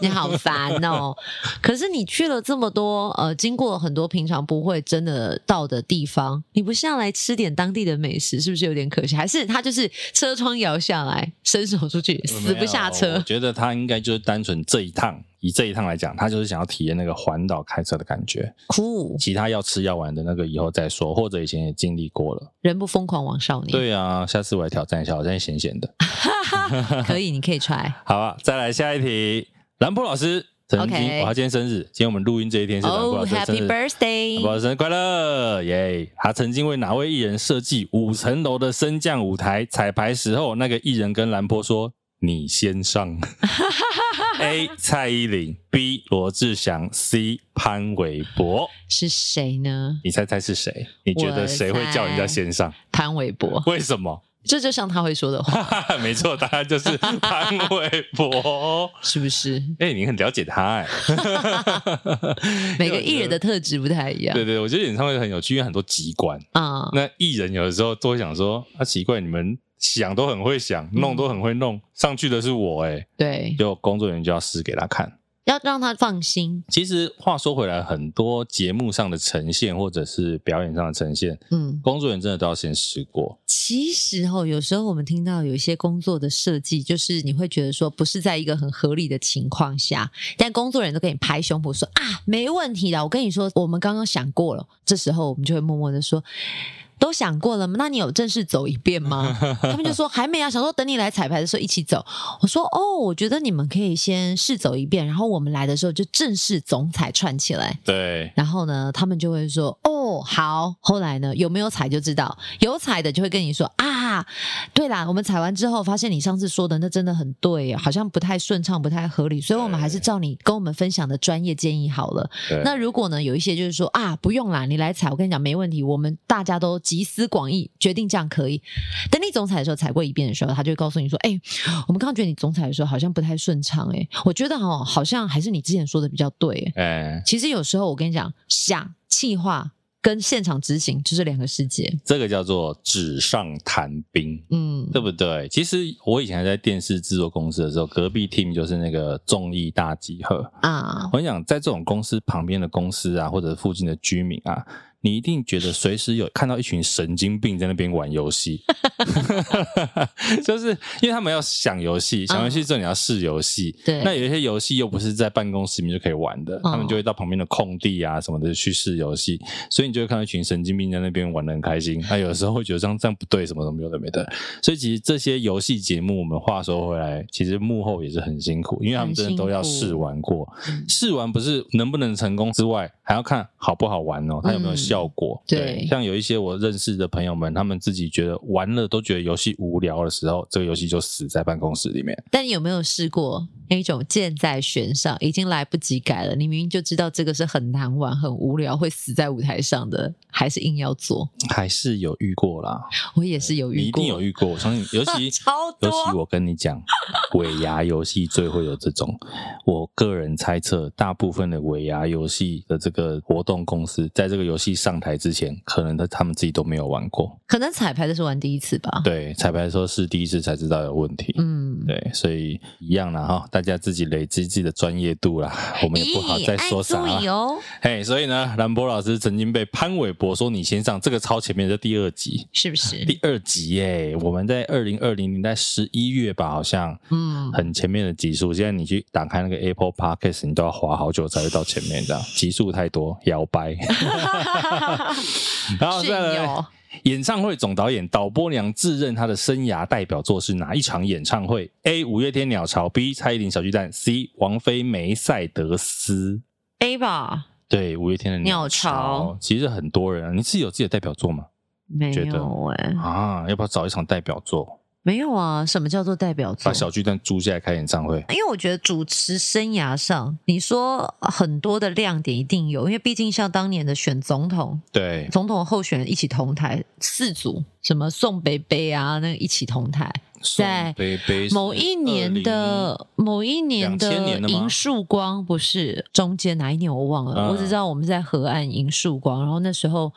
C: 你好烦 哦。可是你去了这么多，呃，经过很多平常不会真的到的地方，你不下来吃点当地的美食，是不是有点可惜？还是他就是车窗摇下来，伸手出去，死不下
A: 没有我啊
C: 车？
A: 觉得他应该就是单纯这一趟，以这一趟来讲，他就是想要体验那个环岛开车的感觉。
C: 酷，
A: 其他要吃要玩的那个以后再说，或者以前也经历过了。
C: 人不疯狂枉少年。，
A: 对啊，下次我来挑战一下，我现在闲闲的。
C: 可以，你可 以 try。
A: 好啊，再来下一题。兰波老师曾经哦
C: OK
A: 哇他今天生日，今天我们录音这一天是兰波老
C: 哦
A: 师的生日。兰
C: ，Happy
A: 波
C: birthday！
A: 老师生日快乐，耶！他曾经为哪位艺人设计五层楼的升降舞台？彩排时候，那个艺人跟兰波说：“你先 上。”A. 蔡依林，B. 罗志祥，C. 潘玮柏。
C: 是谁呢？
A: 你猜猜是谁？你觉得谁会叫人家先上？
C: 潘玮柏，
A: 为什么？
C: 这就像他会说的话，
A: 哈哈，没错，答案就是潘玮柏。
C: 是不 是？
A: 哎、你很了解他哎、
C: 每个艺人的特质不太一样
A: 对对，我觉得演唱会很有趣，因为很多机关。
C: 啊。
A: 那艺人有的时候都会想说，啊，奇怪，你们想都很会想，弄
C: 嗯
A: 都很会弄，上去的是我哎、
C: 对，
A: 就工作人员就要试给他看。
C: 要让他放心。
A: 其实话说回来，很多节目上的呈现或者是表演上的呈现，
C: 嗯，
A: 工作人员真的都要先试过。
C: 其实哦，有时候我们听到有一些工作的设计，就是你会觉得说不是在一个很合理的情况下，但工作人员都给你拍胸脯说啊，没问题的。我跟你说，我们刚刚想过了。这时候我们就会默默的说。都想过了吗？那你有正式走一遍吗？ 他们就说还没啊，想说等你来彩排的时候一起走。我说哦，我觉得你们可以先试走一遍，然后我们来的时候就正式总彩串起来。
A: 对，
C: 然后呢，他们就会说：“哦，好。”后来呢，有没有踩就知道，有踩的就会跟你说：“啊，对啦，我们踩完之后发现你上次说的那真的很对，好像不太顺畅，不太合理，所以我们还是照你跟我们分享的专业建议好了。”
A: 对
C: 那如果呢，有一些就是说啊，不用啦，你来踩，我跟你讲没问题，我们大家都集思广益，决定这样可以。等你总踩的时候，踩过一遍的时候，他就会告诉你说，哎、我们刚刚觉得你总踩的时候好像不太顺畅，哎，我觉得哦，好像还是你之前说的比较对，哎。
A: 哎、
C: 其实有时候我跟你讲，想气化跟现场执行就是两个世界。
A: 这个叫做纸上谈兵。
C: 嗯，
A: 对不对？其实我以前还在电视制作公司的时候，隔壁 team 就是那个综艺大集合。
C: 啊
A: 我，跟你讲，在这种公司旁边的公司啊，或者附近的居民啊，你一定觉得随时有看到一群神经病在那边玩游戏， 就是因为他们要想游戏，想游戏之后你要试游戏。
C: 对
A: 那有一些游戏又不是在办公室里面就可以玩的，他们就会到旁边的空地啊什么的去试游戏，所以你就会看到一群神经病在那边玩的很开心。那有时候会觉得这样这样不对，什么什么有的没的。所以其实这些游戏节目，我们话说回来，其实幕后也是很辛苦，因为他们真的都要试玩过
C: 嗯，
A: 试玩不是能不能成功之外，还要看好不好玩哦，它有没有
C: 嗯
A: 效果。
C: 对
A: 像有一些我认识的朋友们，他们自己觉得玩了都觉得游戏无聊的时候，这个游戏就死在办公室里面。
C: 但你有没有试过那种箭在弦上，已经来不及改了？你明明就知道这个是很难玩、很无聊，会死在舞台上的，还是硬要做？
A: 还是有遇过啦，
C: 我也是有
A: 你
C: 遇
A: 一
C: 过，
A: 定有遇过，我 相信，尤其
C: 超
A: 尤
C: 多
A: 其我跟你讲，尾牙游戏最会有这种。我个人猜测，大部分的尾牙游戏的这个活动公司，在这个游戏上台之前，可能他他们自己都没有玩过。
C: 可能彩排的时候玩第一次吧。，
A: 对，彩排的时候是第一次才知道有问题。
C: 嗯，
A: 对，所以一样啦哈，大家自己累积自己的专业度啦，我们也不好
C: 咦
A: 再说啥
C: 爱注意
A: 啦。
C: 哦，
A: 嘿，所以呢，兰博老师曾经被潘玮柏说你先上，这个超前面的第二集，
C: 是不是？
A: 第二集耶，我们在二零二零年在十一月吧，好像
C: 嗯，
A: 很前面的集数，现在你去打开那个 Apple Podcast，你都要滑好久才会到前面，这样集数太多，摇 摆。然后
C: 炫
A: 再来
C: 耀，
A: 演唱会总导演导播娘自认她的生涯代表作是哪一场演唱会？A. 五月天鸟巢，B. 蔡依林小巨蛋，C. 王菲梅赛德斯。
C: A 吧，
A: 对，五月天的鸟巢，
C: 鸟
A: 其实很多人啊，你自己有自己的代表作吗？
C: 没
A: 觉得
C: 有哎、
A: 啊，要不要找一场代表作？
C: 没有啊，什么叫做代表作
A: 把？小巨蛋租下来开演唱会。
C: 因为我觉得主持生涯上，你说很多的亮点一定有，因为毕竟像当年的选总统，
A: 对，
C: 总统候选人一起同台四组，什么宋北北啊，那个一起同台，在
A: 宋贝贝是
C: 某一年的某一年
A: 2000年的吗
C: 银树光不是中间哪一年我忘了，
A: 嗯
C: 我只知道我们在河岸银树光，然后那时候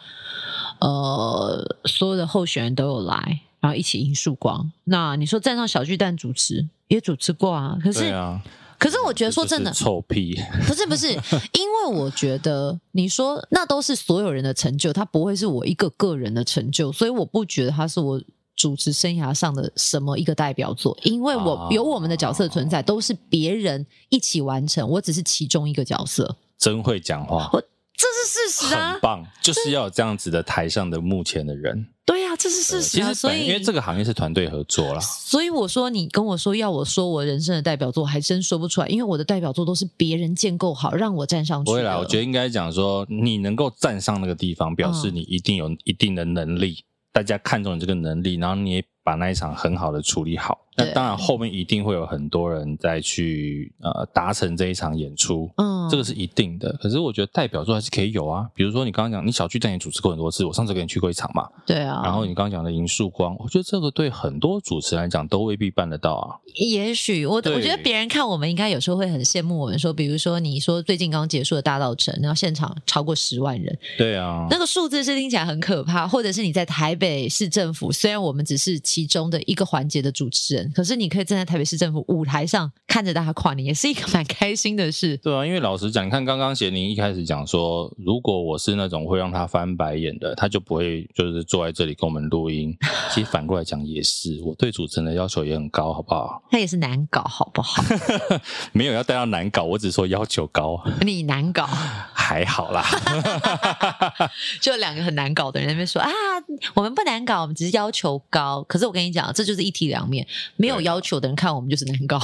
C: 呃所有的候选人都有来，然后一起银树光。那你说站上小巨蛋主持也主持过啊，可
A: 2001对
C: 是、
A: 啊，
C: 可是我觉得说真的
A: 这就是臭屁，
C: 不是 不是，因为我觉得你说那都是所有人的成就，它不会是我一个个人的成就，所以我不觉得它是我主持生涯上的什么一个代表作，因为我、
A: 啊
C: 有我们的角色存在，都是别人一起完成，我只是其中一个角色，
A: 真会讲话，
C: 这是事实啊
A: 很，棒，就是要有这样子的台上的幕前的人。
C: 对啊，这是
A: 对
C: 事
A: 其
C: 实啊，
A: 实
C: 所
A: 本
C: 以
A: 因为这个行业是团队合作啦，
C: 所以我说，你跟我说要我说我人生的代表作，还真说不出来，因为我的代表作都是别人建构好让我站上去
A: 不
C: 的。
A: 会啦，我觉得应该讲说，你能够站上那个地方，表示
C: 嗯
A: 你一定有一定的能力，大家看中你这个能力，然后你也把那一场很好的处理好。那
C: 对
A: 当然，后面一定会有很多人再去呃达成这一场演出。
C: 嗯，
A: 这个是一定的，可是我觉得代表作还是可以有啊。比如说你刚刚讲，你小巨蛋也主持过很多次，我上次跟你去过一场嘛。
C: 对啊，
A: 然后你刚刚讲的银树光，我觉得这个对很多主持人来讲都未必办得到啊。
C: 也许我
A: 对
C: 我觉得别人看我们，应该有时候会很羡慕我们说，比如说你说最近刚结束的大稻城，然后现场超过十万人，
A: 对啊，
C: 那个数字是听起来很可怕，或者是你在台北市政府，虽然我们只是其中的一个环节的主持人，可是你可以站在台北市政府舞台上看着大家跨年，也是一个蛮开心 的事。
A: 对啊，因为老实讲，你看刚刚贤宁一开始讲说，如果我是那种会让他翻白眼的，他就不会就是坐在这里跟我们录音。其实反过来讲也是，我对主持人的要求也很高，好不好？
C: 它也是难搞，好 不好？
A: 没有要带到难搞，我只说要求高，
C: 你难搞，
A: 还好啦。
C: 就两个很难搞的人在那边说啊，我们不难搞，我们只是要求高。可是我跟你讲，这就是一体两面，没有
A: 对
C: 要求的人看我们就是难 搞。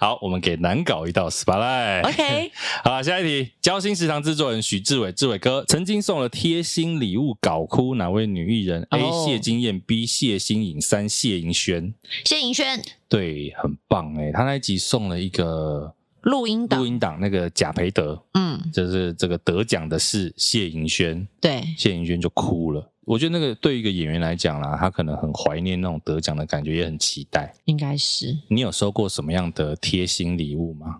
A: 好，我们给难搞一道 spotlight。
C: OK。
A: 好啦，下一题。交心食堂制作人许志伟，志伟哥曾经送了贴心礼物搞哭哪位女艺人、
C: 哦
A: a 谢金燕，B 谢欣颖，三谢盈萱。
C: 谢颖轩
A: 对，很棒哎、他那一集送了一个
C: 录音
A: 录
C: 档，
A: 音档，那个贾培德，
C: 嗯，
A: 就是这个得奖的是谢盈萱，
C: 对，
A: 谢盈萱就哭了。我觉得那个对于一个演员来讲啦，他可能很怀念那种得奖的感觉，也很期待。
C: 应 该是。
A: 你有收过什么样的贴心礼物吗？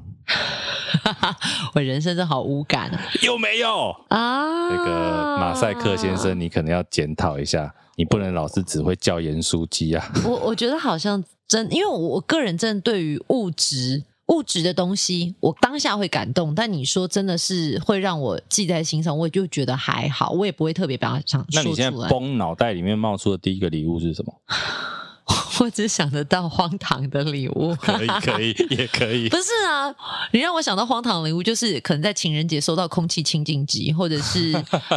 C: 我人生真好无感啊！
A: 有没有？
C: 啊
A: 那个马赛克先，生，你可能要检讨一下，你不能老是只会叫盐酥鸡啊。
C: 我我觉得好像真，因为我我个人真的对于物质。物质的东西，我当下会感动，但你说真的是会让我记在心上，我就觉得还好，我也不会特别把它想
A: 那你
C: 说
A: 现
C: 出
A: 在
C: 来。
A: 崩脑袋里面冒出的第一个礼物是什么？
C: 我只想得到荒唐的礼物，
A: 可以，可以，也可以
C: 不。是啊，你让我想到荒唐礼物，就是可能在情人节收到空气清净机，或者 是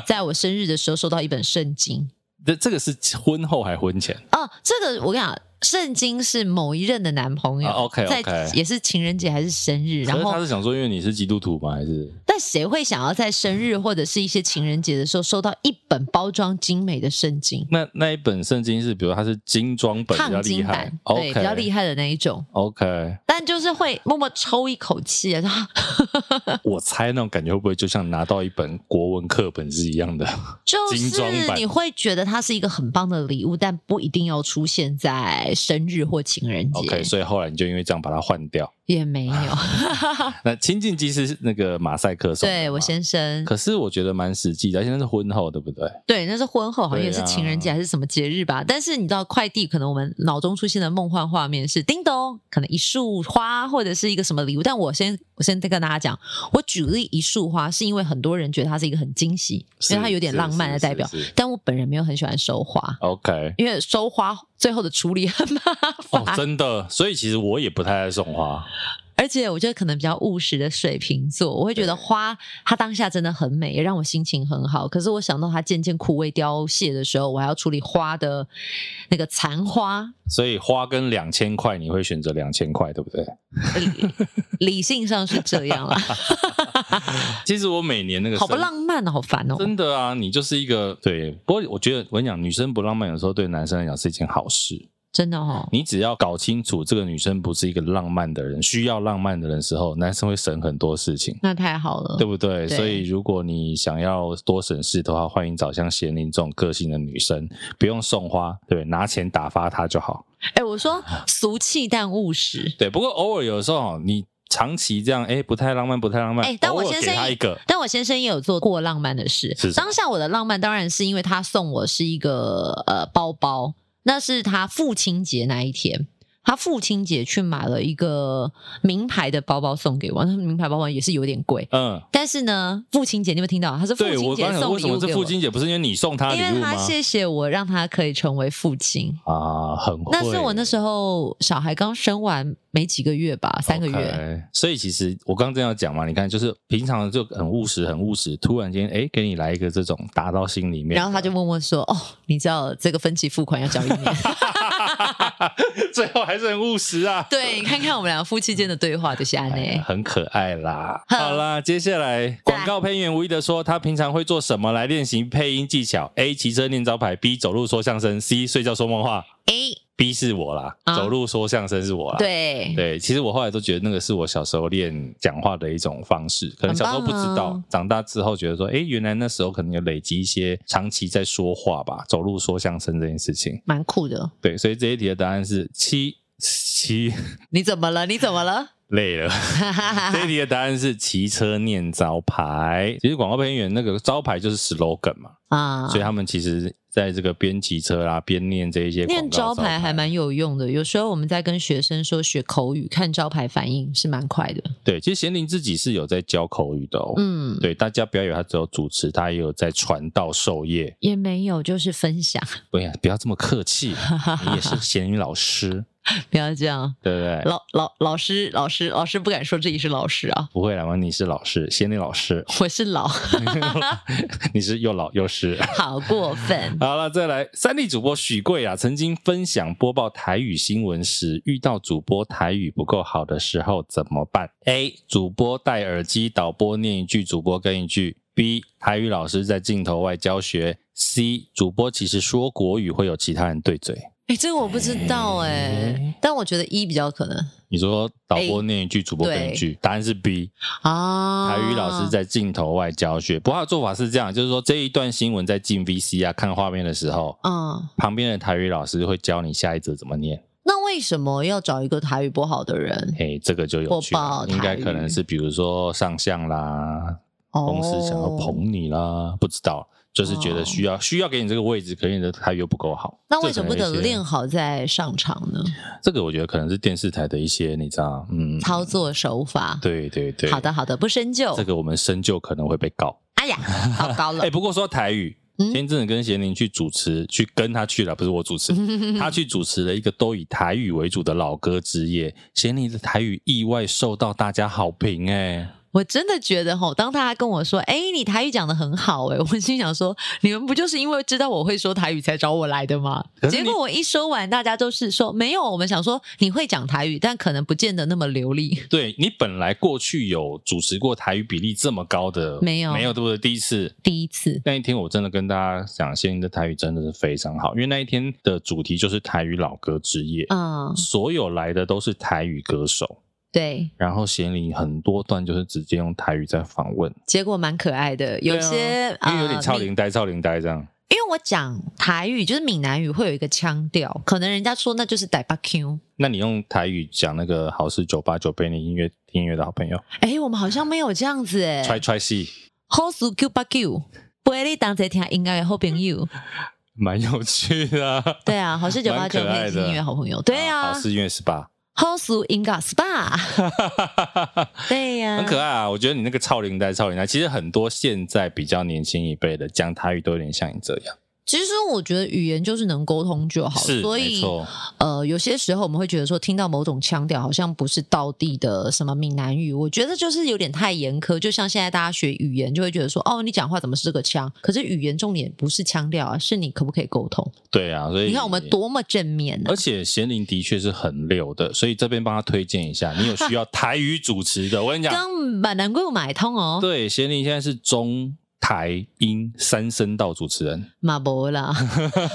C: 在我生日的时候收到一本圣经。
A: 这这个是婚后还婚前？
C: 哦，这个我跟你讲，圣经是某一任的男朋友、
A: 啊，OK，OK
C: 在也是情人节还是生日，
A: 可
C: 然
A: 是他
C: 后
A: 是想说，因为你是基督徒吗？还是
C: 但谁会想要在生日或者是一些情人节的时候收到一本包装精美的圣经？
A: 那那一本圣经是，比如它是精装本，比较
C: 烫
A: 厉
C: 金
A: 害
C: 版，对，
A: ，OK，
C: 比较厉害的那一种，
A: OK，
C: 但就是会默默抽一口气，啊然后
A: 我猜那种感觉会不会就像拿到一本国文课本是一样的？
C: 就
A: 精装
C: 是
A: 版
C: 你会觉得它是一个很棒的礼物，但不一定要出现在生日或情人节
A: OK，所以后来你就因为这样把它换掉。
C: 也 没有。
A: 那亲近机是那个马赛克送的
C: 对
A: 嘛
C: 我先生，
A: 可是我觉得蛮实际的，而且那是婚后，对不对？
C: 对，那是婚后，好像也是情人节还是什么节日吧。但是你知道，快递可能我们脑中出现的梦幻画面是叮咚，可能一束花或者是一个什么礼物。但我先我先跟大家讲，我举例一束花，是因为很多人觉得它是一个很惊喜，因为它有点浪漫的代表。
A: 是是是是
C: 但我本人没有很喜欢收花，
A: OK，
C: 因为收花最后的处理很麻
A: 哦
C: 烦，，
A: 真的，所以其实我也不太爱送花，
C: 而且我觉得可能比较务实的水瓶座，我会觉得
A: 对
C: 花它当下真的很美，也让我心情很好。可是我想到它渐渐枯萎凋谢的时候，我还要处理花的那个残花，
A: 所以花跟两千块，你会选择两千块，对不对？
C: 呃理理性上是这 样啦，
A: 其实我每年那个
C: 好不
A: 生
C: 浪漫哦，好烦哦。
A: 真的啊，你就是一个对。不过我觉得我跟你讲，女生不浪漫有时候对男生来讲是一件好事。
C: 真的哦，
A: 你只要搞清楚这个女生不是一个浪漫的人，需要浪漫的人的时候，男生会省很多事情。
C: 那太好了
A: 对。不对？
C: 嗯对
A: 所以如果你想要多省事的话，欢迎找像贤玲这种个性的女生，不用送花，对不对，拿钱打发她就好。
C: 哎，我说俗气但务实。
A: 对，不过偶尔有时候哦你长期这样，哎，不太浪漫，不太浪漫。
C: 哎但我
A: 偶尔
C: 先
A: 给
C: 生
A: 她
C: 也
A: 一个，
C: 但我先生也有做过浪漫的事。
A: 是什么
C: 当下我的浪漫当然是因为他送我是一个呃包包，那是他父亲节那一天，他父亲节去买了一个名牌的包包送给我，那名牌包包也是有点贵。
A: 嗯，
C: 但是呢，父亲节你有没有听到？他是父
A: 对
C: 亲
A: 我
C: 节
A: 刚想
C: 送
A: 为
C: 礼
A: 什么
C: 物
A: 是
C: 给
A: 父
C: 我，
A: 亲节，不是因为你送她礼
C: 因为
A: 物
C: 他
A: 吗？
C: 谢谢我，让他可以成为父亲。
A: 啊，很会。
C: 那是我那时候小孩刚生完没几个月吧，三个月。
A: OK，所以其实我刚刚这样讲嘛，你看，就是平常就很务实，很务实，突然间哎，给你来一个这种打到心里面，
C: 然后他就问我说：“哦，你知道这个分期付款要交一年？”
A: 最后还是很务实啊。
C: 对，你看看我们俩夫妻间的对话就是安
A: 哎呀
C: 内。
A: 很可爱啦。
C: 呵
A: 好啦，接下来广告配音员无意的说，他平常会做什么来练习配音技巧？A. 骑车念招牌；B. 走路说相声；C. 睡觉说梦话。
C: A
A: B 是我啦，
C: 啊
A: 走路说相声是我啦。
C: 对，
A: 对，其实我后来都觉得那个是我小时候练讲话的一种方式，可能小时候不知
C: 很
A: 道，
C: 棒啊
A: 长大之后觉得说，哎，原来那时候可能有累积一些长期在说话吧，走路说相声这件事情。
C: 蛮酷的。
A: 对，所以这一题的答案是七七
C: 你怎么了？你怎么了？
A: 累 了。这一题的答案是骑车念招牌。其实广告配音员那个招牌就是 slogan 嘛，
C: 啊，
A: 所以他们其实在这个边骑车啦、边念这一些
C: 念
A: 广告
C: 招牌还
A: 蛮
C: 蛮有用的。有时候我们在跟学生说学口语，看招牌反应是蛮快的。
A: 对。其实贤玲自己是有在教口语的哦。
C: 嗯，
A: 对，大家不要以为他只有主持，他也有在传道授业。
C: 也没有，就是分享，
A: 不呀，不要这么客气，你也是咸鱼老师，
C: 不要这样。
A: 对不对？
C: 老老老师，老师，老师不敢说自己是老师啊，
A: 不会啦，嘛你是老师，咸鱼老师，
C: 我是老，
A: 你是又老又湿。
C: 好过分。
A: 好了，再来，三立主播许贵啊，曾经分享播报台语新闻时，遇到主播台语不够好的时候怎么办？A. 主播戴耳机，导播念一句，主播跟一句。B. 台语老师在镜头外教学。C. 主播其实说国语会有其他人对嘴。
C: 哎，这个我不知道哎
A: 哎，
C: 但我觉得一比较可能
A: 你说导播念一句，主播跟一句，答案是 B。
C: 啊。
A: 台语老师在镜头外教学，不过他的做法是这样，就是说这一段新闻在进 VC 啊看画面的时候，
C: 嗯，
A: 旁边的台语老师会教你下一则怎么念。
C: 那为什么要找一个台语不好的人？
A: 哎，这个就有趣
C: 播报
A: 了，
C: 台语
A: 应该可能是比如说上相啦，公司想要
C: 哦、
A: 捧你啦，不知道，就是觉得需要需要给你这个位置，可是你的台语又不够好。
C: 那为什么不
A: 这可能有
C: 等
A: 一些嗯
C: 练？好再上场呢？
A: 这个我觉得可能是电视台的一些，你知道，嗯，
C: 操作手法。
A: 对对对，
C: 好的，好的，不深究。
A: 这个我们深究可能会被告。
C: 哎呀，糟糕了
A: 哎、。不过说台语，
C: 嗯
A: 前一阵子跟贤玲去主持，去跟他去了，不是我主 持，他去主持了一个都以台语为主的老歌之夜。贤玲的台语意外受到大家好评、哎，
C: 我真的觉得吼，当他跟我说：“哎、你台语讲的很好。”哎， 我心想说：“你们不就是因为知道我会说台语才找我来的吗
A: 可？”是
C: 结
A: 你
C: 果我一说完，大家都是说：“没有。”我们想说你会讲台语，但可能不见得那么流利。
A: 对你本来过去有主持过台语比例这么高的，
C: 没有
A: 没有，对不对？ 第一次。
C: 第一次，
A: 那一天我真的跟大家讲，贤玲的台语真的是非常好，因为那一天的主题就是台语老歌之夜，
C: 嗯，
A: 所有来的都是台语歌手，
C: 对，
A: 然后贤玲很多段就是直接用台语在访问。
C: 结果蛮可爱的，有些、
A: 对啊因为有点
C: 呃
A: 超龄呆、超龄呆这样。
C: 因为我讲台语，就是闽南语会有一个腔调，可能人家说那就是台巴 Q。
A: 那你用台语讲那个好事九八九陪你音乐听音乐的好朋友，
C: 哎，我们好像没有这样子哎
A: 揣揣戏，
C: 好俗 Q 巴 Q，不会你当在听应该的好朋友。
A: 蛮有趣的啊、
C: 对啊，好事九八
A: 蛮
C: 九
A: 可爱
C: 面
A: 的
C: 听音乐好朋友。对啊
A: 好，事音乐是吧？
C: 好俗应该 SPA。对呀、
A: 很可爱啊！我觉得你那个超龄呆、超龄呆，其实很多现在比较年轻一辈的讲台语都有点像你这样，
C: 其实我觉得语言就是能沟通就好，
A: 是
C: 所
A: 没
C: 以
A: 错。
C: 呃，有些时候我们会觉得说，听到某种腔调好像不是道地的什么闽南语，我觉得就是有点太严苛。就像现在大家学语言，就会觉得说，哦，你讲话怎么是这个腔？可是语言重点不是腔调啊，是你可不可以沟通。
A: 对啊，所以
C: 你看我们。多么正面啊呢、
A: 而且贤玲的确是很溜的，所以这边帮他推荐一下，你有需要台语主持的，我跟你讲，
C: 刚把难怪买通哦，
A: 对，贤玲现在是中台英三声道主持人。
C: 马博啦，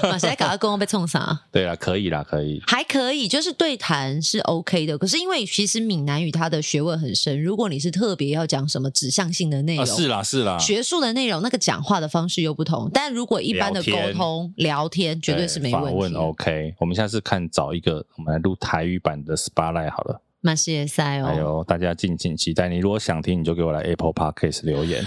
C: 马谁搞到公公被冲啥？
A: 对啦，可以啦，可以。
C: 还可以，就是对谈是 OK 的。可是因为其实闽南语它的学问很深，如果你是特别要讲什么指向性的内容，
A: 啊，是啦，是啦，
C: 学术的内容，那个讲话的方式又不同。但如果一般的沟通聊天，绝对是没
A: 访
C: 问
A: 问哦
C: 题。
A: OK，我们下次看找一个，我们来录台语版的 Spotlight 好了。
C: 马西塞
A: 还
C: 哦，
A: 有哎大家敬请期待。你如果想听，你就给我来 Apple Podcast 留 言，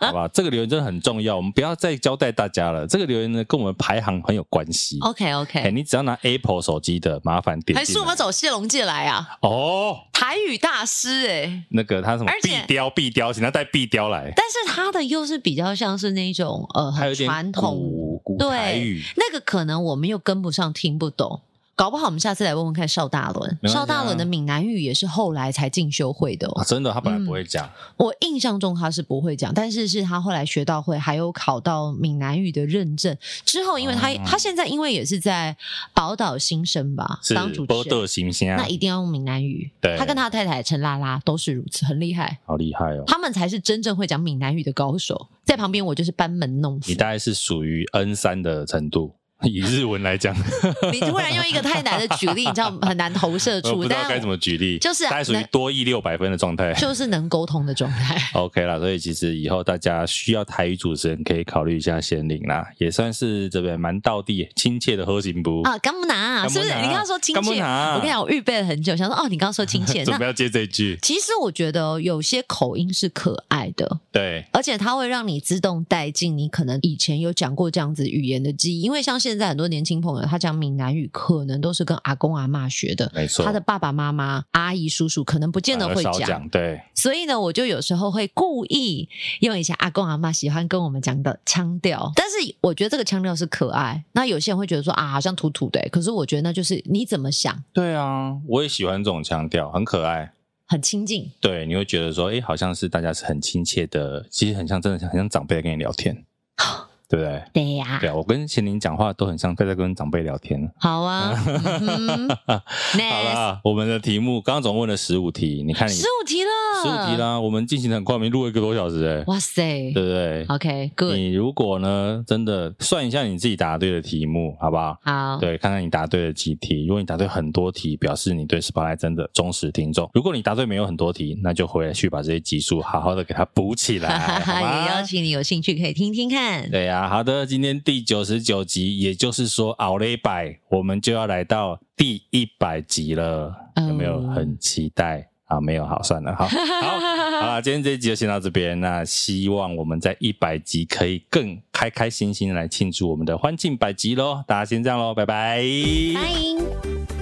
A: 好吧？这个留言真的很重要，我们不要再交代大家了。这个留言呢，跟我们排行很有关系。
C: OK
A: 哎、
C: OK，
A: 你只要拿 Apple 手机的，麻烦点
C: 还
A: 进
C: 是
A: 来
C: 我们走谢龙界来啊？
A: 哦，
C: 台语大师哎、
A: 那个他什么
C: 而
A: 壁
C: 且
A: 雕，壁雕，请他带壁雕来，
C: 但是他的又是比较像是那种呃
A: 还有
C: 很
A: 一点
C: 传统，
A: 古古
C: 对
A: 台语。
C: 那个可能我们又跟不上，听不懂。搞不好我们下次来问问看邵大伦，
A: 没关系啊
C: 邵大伦的闽南语也是后来才进修会的、
A: 啊，
C: 哦。
A: 真的，他本来不会讲，
C: 我印象中他是不会讲，但是是他后来学到会，还有考到闽南语的认证之后，因为他、
A: 哦
C: 他现在因为也是在宝岛新生吧
A: 是
C: 当主
A: 波
C: 持人，
A: 特行星啊
C: 那，一定要用闽南语。
A: 对
C: 他跟他太太陈拉拉都是如此，很厉害。
A: 好厉害哦！
C: 他们才是真正会讲闽南语的高手，在旁边我就是班门弄斧
A: 你。大概是属于 N 三的程度，以日文来讲，
C: 你突然用一个太难的举例，你 知道很难投射
A: 我
C: 出，
A: 不知道该
C: 但
A: 怎么举例，
C: 就是啊
A: 大概属于
C: 那
A: 多益六百分的状态。
C: 就是能沟通的状态。
A: OK 啦，所以其实以后大家需要台语主持人，可以考虑一下贤玲啦，也算是这边蛮道地亲切的核心部。
C: 啊，干不拿，是不是？
A: 干不拿
C: 你刚刚说亲
A: 干不
C: 切，
A: 拿啊
C: 我跟你讲，我预备了很久，想说哦，你刚刚说亲 切，
A: 准
C: 那
A: 备要接这一句，
C: 其实我觉得有些口音是可爱的，
A: 对，
C: 而且它会让你自动带进你可能以前有讲过这样子语言的记忆，因为像现在很多年轻朋友，他讲闽南语可能都是跟阿公阿妈学的，
A: 没错，
C: 他的爸爸妈妈、阿姨、叔叔可能不见得
A: 反而
C: 会
A: 少
C: 讲
A: 讲，。对，
C: 所以呢，我就有时候会故意用以前阿公阿妈喜欢跟我们讲的腔调，但是我觉得这个腔调是可爱。那有些人会觉得说啊，好像土土的欸、可是我觉得那就是你怎么想，
A: 对啊，我也喜欢这种腔调，很可爱。
C: 很亲近。
A: 对，你会觉得说，哎、好像是大家是很亲切的，其实很像，真的很像长辈在跟你聊 天，对不对？
C: 对呀、
A: 对啊，我跟贤玲讲话都很像在在跟长辈聊天。
C: 好啊，嗯哼
A: 好
C: Next
A: 啦，我们的题目刚刚总共问了十五题，你看你
C: 十五题了，
A: 十五题，啦，我们进行的很快，我们录了一个多小时、欸，
C: 嗯哇塞
A: 对不对？
C: ，OK，Good，、
A: 你如果呢，真的算一下你自己答对的题目，好不好？
C: 好，
A: 对，看看你答对了几题。如果你答对很多题，表示你对 Spotlight 真的忠实听众。如果你答对没有很多题，那就回来去把这些集数好好的给它补起来， 好
C: 也邀
A: 吗？
C: 请你有兴趣可以听听看。
A: 对呀、好的，今天第九十九集，也就是说熬了一百，我们就要来到第一百集了，有没有
C: 哦
A: 很期待？啊，没有，好，算了，好，好，好啦，今天这一集就先到这边。那希望我们在一百集可以更开开心心的来庆祝我们的欢庆百集喽！大家先这样喽，拜拜。
C: 拜。